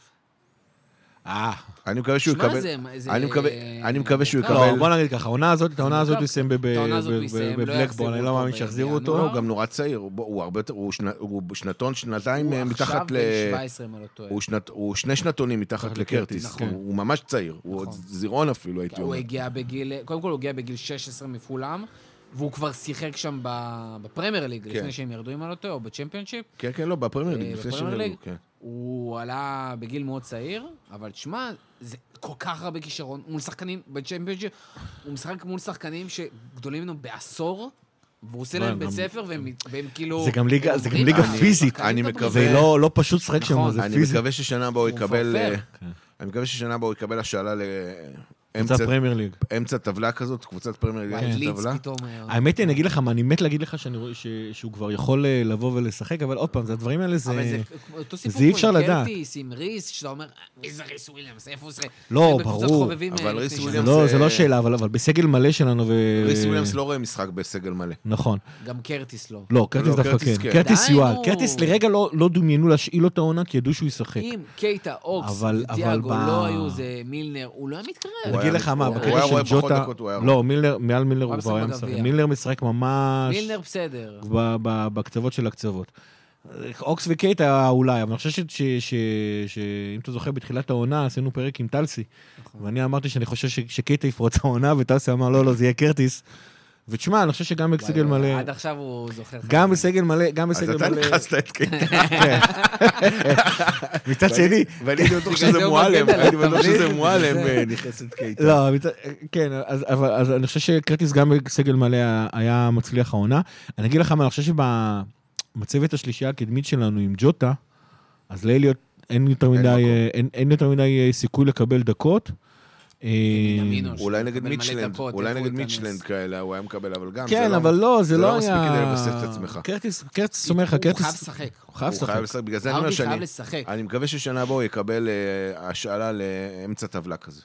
אה.
אני מקווה שהוא
שמע,
יקבל...
זה- זה- אה,
אני מקווה- אני מקווה שהוא
מורכב.
יקבל...
לא, בוא נגיד ככה, העונה הזאת, את העונה הזאת
מורכב.
הוא סיים בב-
את העונה הזאת הוא
ב-
יסיים, לא
בבלקבורן, אני
יחזירו
לא מאמין
אותו
שיחזירו
בינואר.
אותו.
לא, הוא גם נורא צעיר, הוא- הוא הרבה יותר... הוא שנ- הוא שנתון, שנתיים אה,
הוא עכשיו
מתחת ל...
בן 17, אם אני לא טועה.
הוא, שנת, הוא שני שנתונים מתחת לקרטיס,
נכון.
הוא, הוא ממש צעיר, הוא עוד
נכון.
זירעון אפילו, הייתי
הוא
אומר.
הגיע בגיל, קודם כל הוא הגיע בגיל 16 מפולאם, והוא כבר שיחק שם ב- בפרמייר ליג,
כן.
לפני שהם ירדו, אם אני לא טועה, או בצ'מפיונשיפ.
כן, כן, לא, בפרמייר ליג,
אה,
לפני שהם
בפרמייר
נהרגו,
ליג?
כן.
הוא עלה בגיל מאוד צעיר, אבל תשמע, זה כל כך הרבה כישרון מול שחקנים בצ'מפיונשיפ. הוא משחק מול שחקנים שגדולים ממנו בעשור, והוא עושה
לא,
להם
הם
בית
גם-
ספר, והם והם כאילו...
זה גם ליגה-
הם
זה גם
עוברים
ליגה
עליו.
פיזית,
שחקנים
אני
גם
מקווה.
זה
טובים.
לא לא פשוט לשחק שם,
נכון.
זה
אני
פיזי.
מקווה ששנה הבאה הוא
הוא
יקבל...
מפרפר. כן.
אה, אני מקווה ששנה הבאה הוא יקבל השאלה
קבוצת
לאמצע
פרמייר ליג.
אמצע טבלה כזאת, קבוצת פרמייר ליג,
וואי,
אמצע
לידס
כן, טבלה.
פתאום... אה,
האמת היא, אני אגיד לך מה, אני מת להגיד לך שאני רואה ש- שהוא כבר יכול אה, לבוא ולשחק, אבל עוד פעם, זה הדברים האלה
אבל זה
זה...
אותו
זה
סיפור
אי
כמו
אפשר
עם
לדעת.
קרטיס, עם ריס, שאתה אומר, איזה ריס וויליאמס, איפה הוא שיחק?
לא,
זה בקבוצת
ברור.
חובבים,
אבל
אה,
ריס
לפני
וויליאמס-
שנה.
לא, זה לא שאלה, אבל אבל בסגל מלא שלנו ו...
ריס וויליאמס לא רואה משחק בסגל מלא.
נכון.
גם קרטיס לא.
לא, קרטיס
לא,
דווקא
קרטיס
כן.
כן.
קרטיס
די,
יואל.
נו.
קרטיס לרגע לא לא דמיינו להשאיל אותו העונה, כי ידעו שהוא ישחק.
אם קייטה, אוקס,
אבל- אבל
דיאגו
ב-
לא היו, זה מילנר, הוא לא היה מתקרב.
הוא
אני אגיד
היה-
לך מה,
הוא-
הוא
בקטע
היה
רואה
של
פחות
ג'וטה...
דקות, הוא היה
לא, מילנר, מעל מילנר
הוא
הוא
היה
כבר היה
משחק
משחק.
בגביע.
מילנר משחק ממש...
מילנר בסדר.
ב- ב- בקצוות של הקצוות. אוקס וקייטה אולי, אבל אני חושב ש- ש- ש- שאם אתה זוכר, בתחילת העונה עשינו פרק עם טלסי,
נכון.
ואני אמרתי שאני חושב ש- שקייטה יפרוץ העונה, וטלסי אמר, לא, לא, זה יהיה קרטיס. ותשמע, אני חושב שגם בסגל
וואי,
מלא,
וואי, עד עכשיו הוא זוכר. לך.
גם בסגל מלא, גם
אז
בסגל
אתה
מלא,
נכנסת את קייטה.
מצד שני,
ואני הייתי
בגלל זה
בטוח שזה
הוא מגן
מועלם,
עליו,
הייתי בטוח
אתה מבין?
שזה מועלם
זה-
אה, נכנס את קייטה.
לא, מצד- כן, אז, אבל, אז אני חושב שקרטיס גם בסגל מלא היה מצליח העונה. אני אגיד לך מה, אני חושב שבמצבת השלישייה הקדמית שלנו עם ג'וטה, אז לאליוט אין יותר מדי,
מקום.
אה, אין, אין יותר מדי אה, סיכוי לקבל דקות. אה,
בנימינו, שהוא
אולי נגד
מקבל מלא
מיצ'לנד,
דקות,
אולי
איפה
נגד
הוא ייכנס?
מיצ'לנד כאלה, הוא היה מקבל, אבל גם...
כן,
זה
אבל לא, זה
זה
לא
לא
היה...
מספיק כדי לבסס את עצמך.
קרטיס, קרטיס אומר לך,
הוא חייב
קרטיס...
לשחק.
הוא חייב
הוא חייב
לשחק.
לשחק, בגלל זה אני אומר
ארבי
שאני...
חייב לשחק.
אני מקווה ששנה הבאה הוא יקבל אה, השאלה לאמצע טבלה כזה.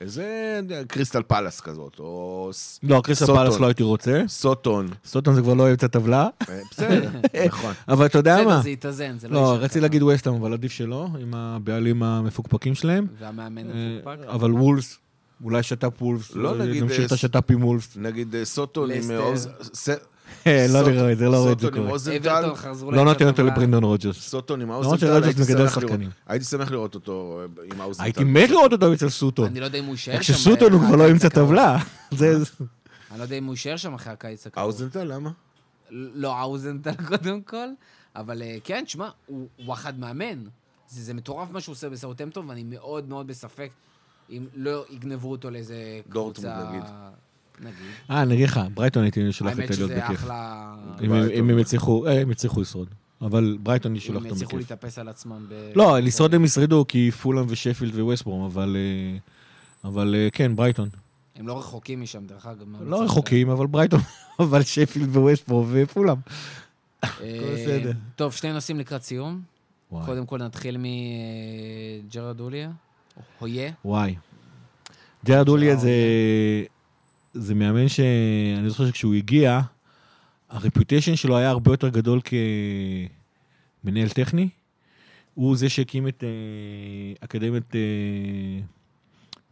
איזה קריסטל פלאס כזאת, או ס-
לא, קריסטל
סוטון.
פלאס לא הייתי רוצה.
סוטון.
סוטון זה כבר לא אוהב את הטבלה,
אה, בסדר, נכון.
אבל אתה יודע
בסדר,
מה?
זה יתאזן, זה לא
לא,
יישאר
רציתי
ככה.
להגיד ווסטהאם, אבל עדיף שלא, עם הבעלים המפוקפקים שלהם.
והמאמן
אה,
המפוקפק.
אבל וולס אולי שת"פ וולפס,
לא
אולי
נגיד,
נמשיך
אה,
את השת"פ עם וולפס.
נגיד אה, סוטון עם...
לסטר.
אה, אוז- ס-
לא
סוטון-
נראה את זה, לא רואה את זה
סוטון עם
קורה.
אוזנטל,
אברטון חזרו
לא נותן אותו
לטבלה.
לברינדון רוג'רס.
סוטון עם
למרות
האוזנטל,
שרוג'רס
הייתי
מגדל
שמח לראות-
שחקנים.
הייתי שמח לראות אותו אה, עם האוזנטל.
הייתי מת לראות אותו אצל סוטון.
אני לא יודע אם הוא יישאר
איך
שם.
שסוטון הוא
אחרי
כבר לא
הקיץ
ימצא
הקרוב.
טבלה. זה...
אני לא יודע אם הוא יישאר שם אחרי הקיץ הקרוב.
האוזנטל, למה?
אה.
לא האוזנטל קודם כל, אבל אה, כן, שמע, הוא הוא אחד מאמן. זה זה מטורף מה שהוא עושה בסאוטמפטון, ואני מאוד מאוד בספק אם לא יגנבו אותו לאיזה קבוצה...
דורטמונד, נגיד.
נגיד.
אה, אני אגיד לך, ברייטון הייתי שולח את
האמת
אליוט
שזה
בכיף.
אחלה...
אם הם- אם הם יצליחו, אה, הם יצליחו לשרוד. אבל ברייטון אני שולח
אם
אותם
יצליחו
בכיף.
להתאפס על עצמם ב...
לא, לשרוד הם ישרדו, כי פולאם ושפילד וווסטברום, אבל... אה, אבל אה, כן, ברייטון.
הם לא רחוקים משם, דרך אגב. מהמצב
לא
שלהם.
רחוקים, אבל ברייטון, אבל שפילד וווסטברום ופולאם.
אה,
בסדר.
טוב, שני נושאים לקראת סיום.
וואי.
קודם כל נתחיל מג'רד אוליה. הויה.
וואי. ג'רד אוליה
אוקיי.
זה, זה מאמן שאני זוכר שכשהוא הגיע, הרפיוטיישן שלו היה הרבה יותר גדול כמנהל טכני. הוא זה שהקים את אה, אקדמיית... אה,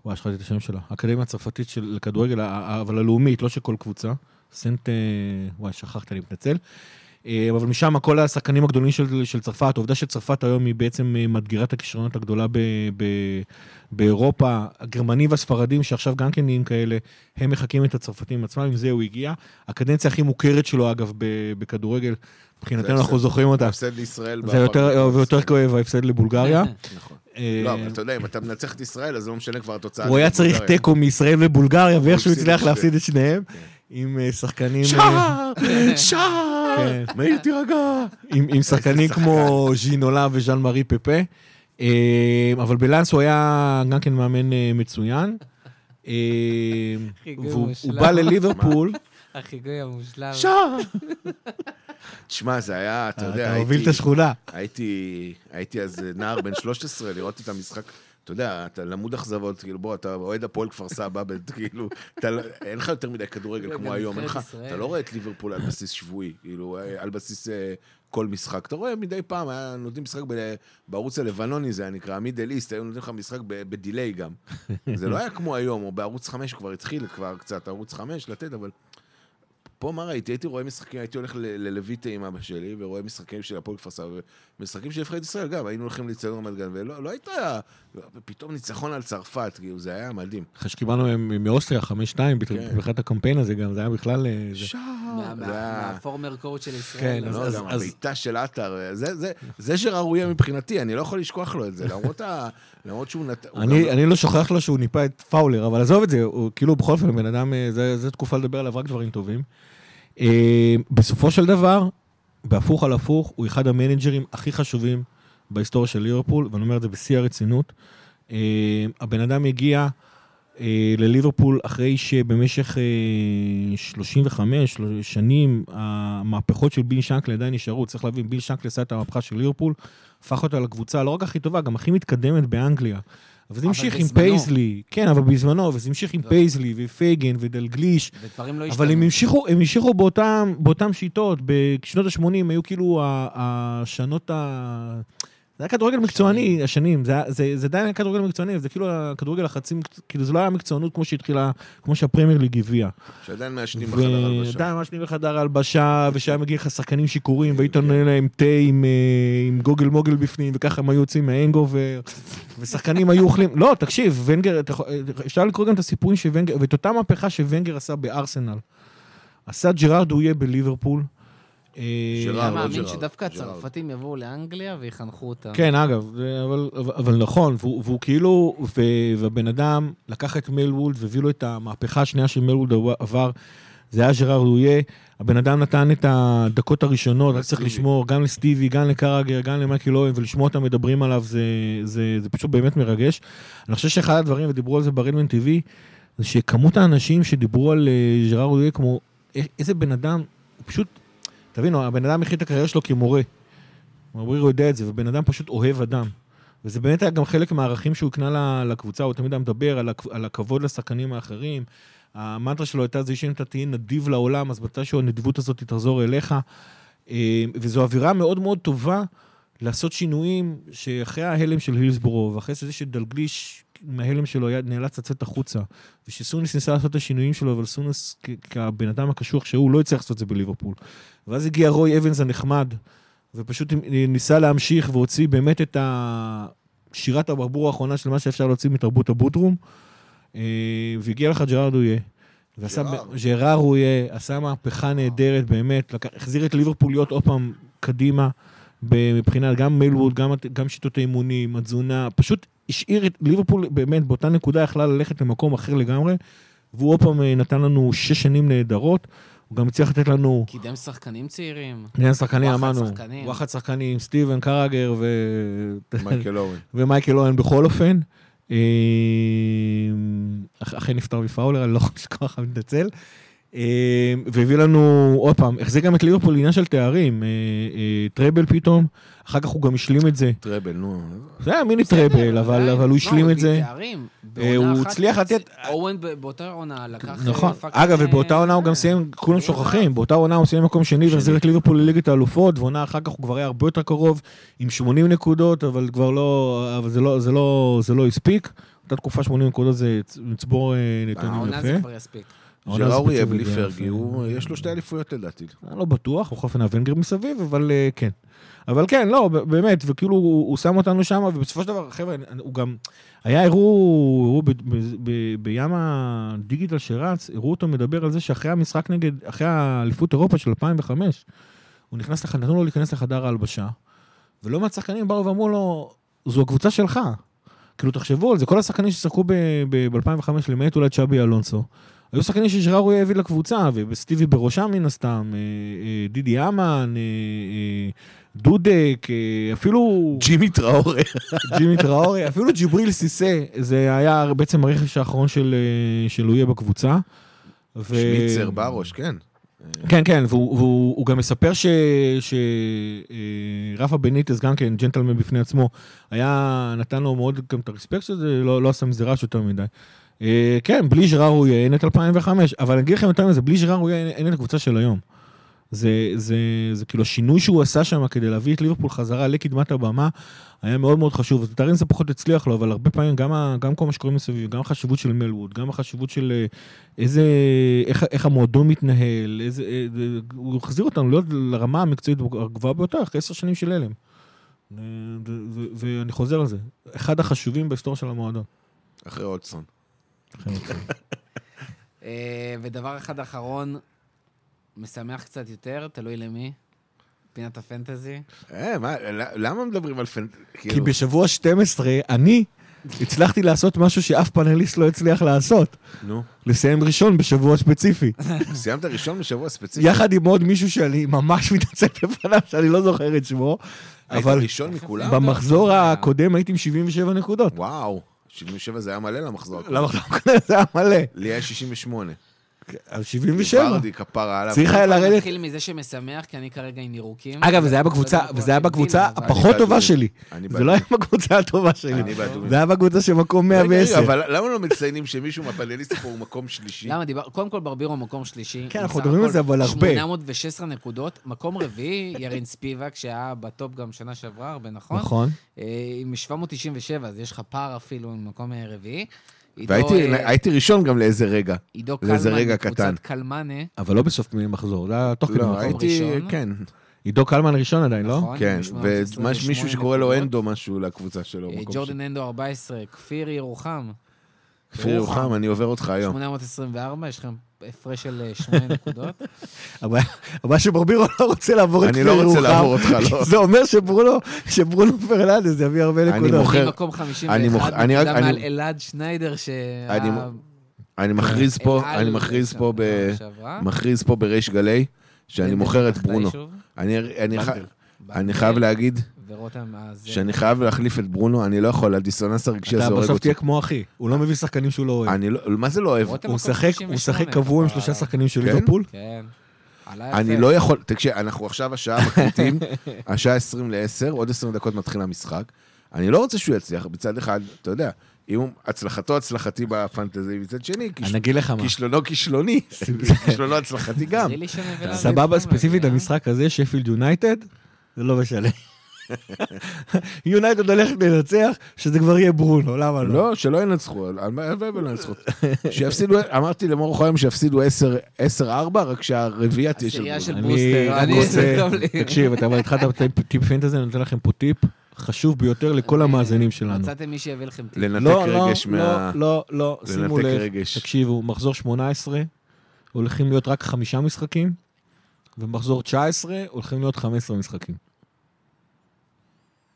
וואי, שכחתי את השם שלה. האקדמיה הצרפתית של לכדורגל, ה- ה- אבל הלאומית, לא של כל קבוצה. סנט... אה, וואי, שכחתי, אני מתנצל. אה, אבל משם כל השחקנים הגדולים של, של צרפת, העובדה שצרפת היום היא בעצם אה, מדגירת הכישרונות הגדולה ב, ב, באירופה, הגרמנים והספרדים, שעכשיו גם כן נהיים כאלה, הם מחקים את הצרפתים עצמם, עם זה הוא הגיע. הקדנציה הכי מוכרת שלו, אגב, ב, בכדורגל,
זה
מבחינתנו
הפסד-
אנחנו זוכרים אותה.
הפסד לישראל.
זה יותר, אה, יותר כואב, ההפסד לבולגריה.
נכון.
אה,
לא, אבל אתה יודע, אם אתה מנצח את ישראל, אז זה לא משנה כבר התוצאה.
הוא היה
נגד
צריך
בולגריה.
תיקו מישראל ובולגריה, ואיכשהו
הפסיד
הצליח
את כן.
להפסיד את שניהם, עם אה, שחקנים... שער!
כן.
שער! מאיר תירגע! עם שחקנים כמו ז'ינולה וז'אן מארי פפה. אה, אבל בלאנס הוא היה גם כן מאמן אה, מצוין. אה,
חיגוי
והוא הוא
מושלם.
בא לליברפול.
החיגוי המושלם.
שער!
תשמע, זה היה, אתה יודע,
אה, אתה
הייתי...
מוביל את השכונה.
הייתי, הייתי אז אה, נער בן 13, לראות את המשחק. אתה יודע, אתה למוד אכזבות, כאילו, בוא, אתה אוהד הפועל כפר סבא, ב- כאילו, אתה, לא- אין לך יותר מדי כדורגל
רגע,
כמו היום, אין לך,
נבחרת ישראל.
אתה לא רואה את ליברפול על בסיס שבועי, כאילו, אה, על בסיס אה, כל משחק. אתה רואה מדי פעם, היה נותנים משחק ב- בערוץ הלבנוני, זה היה נקרא, מידל איסט, היו נותנים לך משחק ב- בדיליי גם. זה לא היה כמו היום, או בערוץ 5 כבר התחיל כבר קצת, ערוץ 5 לתת, אבל... פה מה ראיתי? הייתי רואה משחקים, הייתי הולך ל- ללויטה עם אבא שלי, ורואה משחקים של הפועל כפר סבא, משחקים של נבחרת ישראל גם, היינו הולכים להצטדיון רמת גן, ולא לא הייתה... פתאום ניצחון על צרפת, כאילו, זה היה מדהים.
אחרי שקיבלנו מהם אה, מאוסטריה 5-2,
כן.
בתחילת הקמפיין הזה גם, זה היה בכלל... אה, זה-
שער!
מה-
זה
מה-
היה...
מהפורמר קורט של
כן,
ישראל.
אז-
לא, גם
אז-
הבעיטה של עטר, זה- זה- זה שערוריה מבחינתי, אני לא יכול לשכוח לו את זה, למרות ה- למרות שהוא נת... הוא
אני,
גם-
אני לא שוכח לו שהוא ניפה את פאולר, אבל עזוב את זה, הוא כאילו בכל אופן בן אדם, אה, זה, זה תקופה לדבר עליו רק דברים טובים. אה, בסופו של דבר, בהפוך על הפוך, הוא אחד המנג'רים הכי חשובים בהיסטוריה של ליברפול, ואני אומר את זה בשיא הרצינות. אה, הבן אדם הגיע אה, לליברפול אחרי שבמשך אה, 35 של- שנים המהפכות של ביל שנקלה עדיין נשארו. צריך להבין, ביל שנקלה עשה את המהפכה של ליברפול, הפך אותה לקבוצה לא רק הכי טובה, גם הכי מתקדמת באנגליה. אבל זה
אבל
המשיך עם
בזמנו.
פייזלי, כן, אבל בזמנו, וזה המשיך עם
לא.
פייזלי ופייגן ודלגליש,
ודברים לא השתנו.
אבל הם המשיכו, הם המשיכו באותם, באותם שיטות, בשנות ה-80 היו כאילו ה- השנות ה... זה היה כדורגל מקצועני, השנים, זה, היה- זה, זה עדיין היה כדורגל מקצועני, זה כאילו הכדורגל החצי, כאילו זה לא היה מקצוענות כמו שהתחילה, כמו שהפרמייר ליג הביאה.
שעדיין מעשנים בחדר הלבשה.
ועדיין מעשנים בחדר הלבשה, ושהיה מגיע לך שחקנים שיכורים, והיית
כן.
נותן להם תה עם, אה, עם גוגל מוגל בפנים, וככה הם היו יוצאים מהאנגובר, ושחקנים היו אוכלים, לא, תקשיב, ונגר, אתה יכול- אפשר לקרוא גם את הסיפורים של ונגר, ואת אותה מהפכה שוונגר עשה בארסנל. עשה ג'רארד אויה בליברפול. אה,
ג'רארד.
אתה
לא
מאמין
ג'רארד,
שדווקא
ג'רארד.
הצרפתים יבואו לאנגליה ויחנכו אותם.
כן, אגב, זה- אבל, אבל נכון, והוא, והוא כאילו, ו, והבן אדם לקח את מלוולד והביא לו את המהפכה השנייה שמלוולד עבר, זה היה ז'ראר לויה, הבן אדם נתן את הדקות הראשונות, רק צריך
לסטיבי.
לשמור גם לסטיבי, גם לקרגר, גם למייקל אוהן, ולשמוע אותם מדברים עליו, זה, זה, זה פשוט באמת מרגש. אני חושב שאחד הדברים, ודיברו על זה ברדמן TV, זה שכמות האנשים שדיברו על אה, ז'ראר לויה, כמו א- איזה בן אדם, הוא פשוט, תבינו, הבן אדם החליט את הקריירה שלו כמורה. מבריר יודע את זה, ובן אדם פשוט אוהב אדם. וזה באמת היה גם חלק מהערכים שהוא הקנה ל- לקבוצה, הוא תמיד היה מדבר על, הכ- על הכבוד לשחקנים האחרים. המנטרה שלו הייתה זה שאם אתה תהיה נדיב לעולם, אז מתישהו הנדיבות הזאת תחזור אליך. אה, וזו אווירה מאוד מאוד טובה לעשות שינויים שאחרי ההלם של הילסבורו, ואחרי זה שדלגליש מההלם שלו היה נאלץ לצאת החוצה. ושסונס ניסה לעשות את השינויים שלו, אבל סונס, כ- כבן אדם הקשוח שהוא, לא הצליח לעשות את זה בליברפול. ואז הגיע רוי אבנס הנחמד, ופשוט ניסה להמשיך והוציא באמת את ה... שירת הברבור האחרונה של מה שאפשר להוציא מתרבות הבוטרום. אה, והגיע לך ג'רארד אויה. ועשה-
ג'ראר.
ג'ראר אויה עשה מהפכה נהדרת, באמת. לקח- החזיר את ליברפול להיות עוד פעם קדימה, ב- מבחינת גם מילווד, גם, הת- גם שיטות האימונים, התזונה. פשוט השאיר את ליברפול, באמת, באותה נקודה יכלה ללכת למקום אחר לגמרי. והוא עוד פעם אה, נתן לנו שש שנים נהדרות. הוא גם הצליח לתת לנו...
קידם שחקנים צעירים.
עניין שחקנים,
וואחד
אמרנו,
שחקנים.
וואחד שחקנים, סטיבן קרגר ו...
מייקל אורן.
ומייקל אוהן בכל אופן. אה, אח- אכן נפטר מפאולר, אני לא יכול לשכוח, אני מתנצל. אה, והביא לנו, עוד פעם, החזיק גם את ליברפול לעניין של תארים, אה, אה, טראבל פתאום, אחר כך הוא גם השלים את זה.
טראבל, נו.
זה היה מיני טראבל, אבל
לא,
אבל הוא השלים את זה. אה, הוא הצליח לתת-
אורן ב- באותה עונה לקח... אה,
נכון.
פאקינג,
אגב, ובאותה
אה,
עונה הוא גם סיים, כולם שוכחים, באותה עונה הוא סיים מקום שני והחזיר את ליברפול לליגת האלופות, ועונה אחר כך הוא כבר היה הרבה יותר קרוב, עם 80 נקודות, אבל כבר לא, אבל זה לא, זה לא, זה לא הספיק. אותה תקופה 80 נקודות זה צ- מצבור אה, נתונים
העונה זה
יפה.
כבר יספיק.
העונה זה
ג'ראור יהיה
ספציפית
בלי
יפה.
פרגי, הוא- יש לו שתי אליפויות לדעתי.
אני לא בטוח, הוא חופן הוונגר מסביב, אבל אה, כן. אבל כן, לא, ב- באמת, וכאילו הוא הוא שם אותנו שם, ובסופו של דבר, חבר'ה, הוא גם... היה אירוע, אירוע ב- ב- ב- בים הדיגיטל שרץ, הראו אותו מדבר על זה שאחרי המשחק נגד, אחרי האליפות אירופה של 2005, הוא נכנס, לח- נתנו לו להיכנס לחדר ההלבשה, ולא מעט שחקנים באו ואמרו לו, זו הקבוצה שלך. כאילו, תחשבו על זה, כל השחקנים ששיחקו ב-2005, למעט אולי צ'אבי אלונסו, היו שחקנים ששררו הביא לקבוצה, וסטיבי בראשם מן הסתם, אה, אה, דידי אמן, אה, אה, דודק, אה, אפילו...
ג'ימי טראורר.
ג'ימי טראורי, אפילו ג'יבריל סיסא, זה היה בעצם הרכש האחרון של, אה, של אויה בקבוצה. ו...
שניצר ברוש, כן.
כן, כן, והוא, והוא הוא גם מספר שרפה בניטס, גם כן ג'נטלמן בפני עצמו, היה, נתן לו מאוד גם את הרספקט של זה, לא, לא עשה מזה רעש יותר מדי. אה, כן, בלי ז'רר הוא יהיה, אין את 2005, אבל אני אגיד לכם יותר מזה, בלי ז'רר הוא יהיה, אין- אין את הקבוצה של היום. זה, זה, זה כאילו השינוי שהוא עשה שם כדי להביא את ליברפול חזרה לקדמת הבמה, היה מאוד מאוד חשוב. אז לטרן זה פחות הצליח לו, אבל הרבה פעמים גם, ה- גם כל מה שקורה מסביב, גם החשיבות של מלווד, גם החשיבות של אה, איזה, איך, איך המועדון מתנהל, איזה, אה, אה, הוא החזיר אותנו להיות לרמה המקצועית הגבוהה ביותר, אחרי עשר שנים של הלם. אה, ו- ו- ואני חוזר על זה, אחד החשובים בהיסטוריה של המועדון.
אחרי אולדסון.
אה, ודבר אחד אחרון, משמח קצת יותר, תלוי למי. פינת הפנטזי.
אה, מה, ל- למה מדברים על פנט...
כי
כאילו,
בשבוע 12, אני הצלחתי לעשות משהו שאף פאנליסט לא הצליח לעשות,
נו.
לסיים ראשון בשבוע ספציפי.
סיימת ראשון בשבוע ספציפי.
יחד עם עוד מישהו שאני ממש מתנצל בפניו, שאני לא זוכר את שמו,
היית
אבל
ראשון מכולם?
במחזור הקודם הייתי עם 77 נקודות.
וואו, 77 זה היה מלא למחזור. הקודם.
למחזור הקודם זה היה מלא.
לי היה 68.
אז 77.
ורדי כפרה עליו.
צריך היה לרדת.
נתחיל מזה שמשמח, כי אני כרגע עם ירוקים. לא
אגב, זה היה בקבוצה,
אבל-
וזה היה בקבוצה
אבל-
הפחות טובה
באדומים.
שלי.
אני
זה לא היה בקבוצה הטובה שלי.
אני באדומים.
זה היה בקבוצה שמקום
רגע, רגע,
110.
אבל למה לא מציינים שמישהו מהפאנליסטים פה הוא מקום שלישי?
למה דיבר... קודם כל ברבירו מקום שלישי.
כן,
עם
אנחנו
סך
מדברים על
הכל
זה, אבל הרבה.
816 נקודות. מקום רביעי, ירין ספיבק, שהיה בטופ גם שנה שעברה, הרבה נכון?
נכון.
אה, עם 797, אז יש לך פער אפילו עם מקום אה, רביעי. עידו,
והייתי
אה,
הייתי ראשון גם לאיזה רגע.
עידו
לאיזה
קלמן,
רגע קטן.
קבוצת קלמנה.
אבל לא בסוף מחזור, זה היה תוך כדי
לא,
מחזור.
הייתי...
אוקיי, ראשון?
כן,
עידו קלמן ראשון עדיין, לא?
נכון,
כן.
עם 828
ומישהו שקורא לו
נקודות.
אנדו משהו לקבוצה שלו.
אה,
מקום
ג'ורדן אנדו 14, כפיר ירוחם,
לא. שני. כפיר יוחם, אני עובר אותך היום.
824, יש לכם הפרש של אה, שמונה נקודות.
הבעיה הבעיה שברבירו לא רוצה לעבור את
אני לא רוצה
ירוחם.
לעבור אותך, לא.
זה אומר שברונו, שברונו פרננדס יביא הרבה
אני
נקודות.
מוכר.
אני מקום 51,
אני מוכ- אני רק-
נקודה מעל
אני-
אלעד שניידר,
אני
שה...
מ- אני מכריז פה,
אלעל
אני מכריז פה ב...
בשנה שעברה.
מכריז פה בריש גלי, שאני
בן
מוכר את
בטח
ברונו.
תשוב,
אני- אני ח- אני
בנדל.
חייב להגיד
ורותם אז...
שאני חייב להחליף את ברונו, אני לא יכול, הדיסוננס הרגשי
אתה
הזה הורג
בסוף
אותי.
תהיה כמו אחי, הוא לא מביא שחקנים שהוא לא אוהב.
אני לא, מה זה לא אוהב?
רותם
הוא
מקום
משחק, הוא
38,
משחק קבוע עם
אבל-
שלושה שחקנים של
כן?
ליברפול.
כן. עלה יפה.
אני לא יכול, תקשיב, אנחנו עכשיו השעה מקליטים, השעה 20 ל-10, עוד 20 דקות מתחיל המשחק. אני לא רוצה שהוא יצליח, בצד אחד, אתה יודע, אם הוא- הצלחתו הצלחתי בפנטזי, מצד שני, כיש-
אני אגיד לך מה.
כישלונו כישלוני, כישלונו הצלחתי גם.
תראי לי שנבלה
סבבה,
במקום,
ספציפית
אה?
למשחק הזה, שפילד יונייטד, זה לא משנה. יונייטד הולכת לנצח, שזה כבר יהיה ברונו, למה לא?
לא, שלא ינצחו, על- על מה הלוואי ולא ינצחו. שיפסידו, אמרתי למור חיים שיפסידו 10-4, רק שהרביעייה תהיה של
עשירייה
בוז.
של
אני
בוסטר,
רק
אני-
רוצה,
טוב לי.
תקשיב, אתה אבל התחלת טיפ- טיפ פנטזי, אני נותן לכם פה טיפ חשוב ביותר
אה,
לכל המאזינים שלנו.
מצאתם מי שיביא לכם טיפ.
לנתק
לא, לא,
רגש מה...
לא, לא, לא, שימו
לנתק
לב,
רגש.
תקשיבו, מחזור 18, הולכים להיות רק חמישה משחקים, ומחזור 19, הולכים להיות 15 משחקים.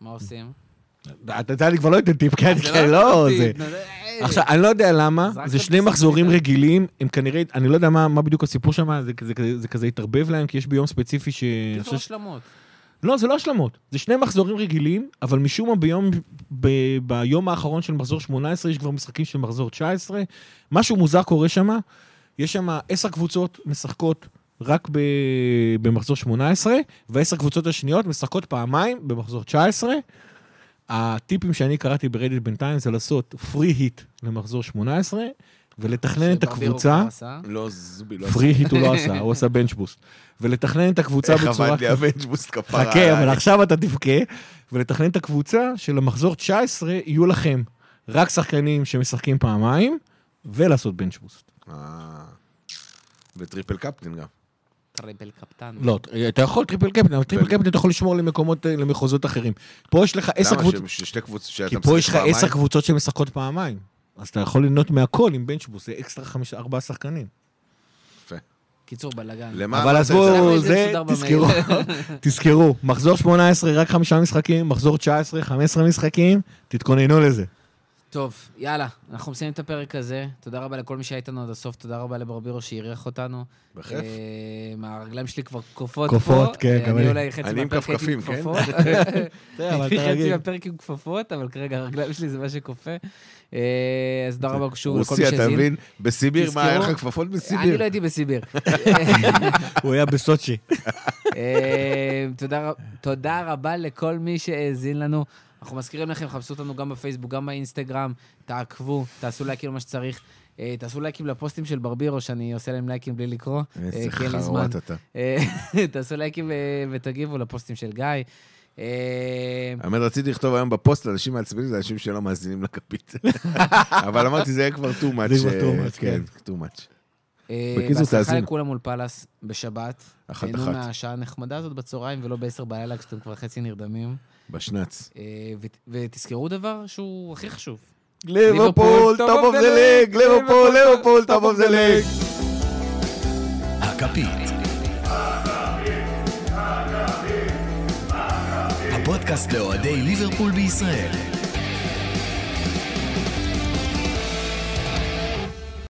מה עושים?
אתה יודע, אני כבר לא אתן טיפ, כן,
אה, זה
כן, לא,
טיפ,
זה...
נו, אה,
עכשיו, אני לא יודע למה,
זרקת
זה שני
את זה
מחזורים
סביבה.
רגילים, הם כנראה, אני לא יודע מה מה בדיוק הסיפור שם, זה כזה- זה כזה התערבב להם, כי יש ביום ספציפי ש... אני
איפה
חושב ש-
השלמות?
לא, זה לא השלמות. זה שני מחזורים רגילים, אבל משום מה ביום, ב, ביום האחרון של מחזור 18 יש כבר משחקים של מחזור 19. משהו מוזר קורה שם. יש שם עשר קבוצות משחקות רק ב, במחזור 18, ועשר קבוצות השניות משחקות פעמיים במחזור 19. הטיפים שאני קראתי ברדיט בינתיים זה לעשות פרי היט למחזור 18, ולתכנן את
שברבירו
הקבוצה.
כבר עשה.
לא זובי, לא...
פרי היט הוא לא עשה, הוא עשה בנצ' בוסט. ולתכנן את הקבוצה
איך
בצורה...
עבד לי הבנג'בוסט כפרה?
חכה, אבל
עליי.
עכשיו אתה תבכה, ולתכנן את הקבוצה שלמחזור 19 יהיו לכם רק שחקנים שמשחקים פעמיים, ולעשות בנצ' בוסט.
אה. וטריפל קפטן גם.
טריפל קפטן.
לא, אתה יכול טריפל קפטן, אבל טריפל קפטן אתה יכול לשמור למקומות, אה, למחוזות אחרים. פה יש לך עשר
למה?
קבוצות,
ש- ששתי קבוצות שאתה
כי פה יש לך
פעמיים?
עשר קבוצות שמשחקות פעמיים. אז אתה יכול ליהנות מהכל עם בנצ' בוסט, זה אקסטרה חמישה, ארבעה שחקנים.
יפה.
קיצור, בלאגן.
למה
אבל
אמרת
אז
את זה?
בואו,
אבל זה
זה,
מסודר
תזכרו, תזכרו, מחזור 18, רק חמישה משחקים, מחזור 19, 15 משחקים, תתכוננו לזה.
טוב, יאללה, אנחנו מסיימים את הפרק הזה. תודה רבה לכל מי שהיה איתנו עד הסוף, תודה רבה לברבירו שאירח אותנו.
בכיף.
אה, הרגליים שלי כבר כופות פה.
כופות, כן,
אה,
גם
אני
אני.
אולי חצי
אני עם
מהפרק הייתי עם
כפכפים, כן?
כפפות.
אבל
הייתי
אתה
חצי
רגיל.
מהפרק עם כפפות, אבל כרגע הרגליים שלי זה מה שכופה. אה, אז תודה רבה שוב לכל מי
רוסיה, אתה
שהזין.
מבין? בסיביר, מה, היה
תזכרו.
לך כפפות
אני
בסיביר?
לא הייתי בסיביר.
הוא היה בסוצ'י.
אה, תודה רב- תודה רבה לכל מי שהאזין לנו. אנחנו מזכירים לכם, חפשו אותנו גם בפייסבוק, גם באינסטגרם, תעקבו, תעשו לייקים למה שצריך. אה, תעשו לייקים לפוסטים של ברבירו, שאני עושה להם לייקים בלי לקרוא. אה,
כן,
איזה
כי אין לי זמן.
חרוט אתה.
אה, תעשו לייקים אה, ותגיבו לפוסטים של גיא. אה,
האמת, רציתי לכתוב היום בפוסט לאנשים מעצבנים, זה אנשים שלא מאזינים לכפית. אבל אמרתי, זה יהיה כבר too much.
כבר
אה,
too much,
כן, too much.
אה,
בקיצור,
בהצלחה
תאזינו.
לכולם מול פאלאס בשבת.
אחת
תהנו
אחת.
מהשעה הנחמדה הזאת בצהריים ולא בעשר בלילה כשאתם כבר חצי נרדמים.
בשנץ.
אה, ות- ותזכרו דבר שהוא הכי חשוב.
ליברפול, טופ אוף דה ליג, ליברפול, ליברפול, טופ אוף דה ליג.
הכפית. הפודקאסט לאוהדי ליברפול בישראל.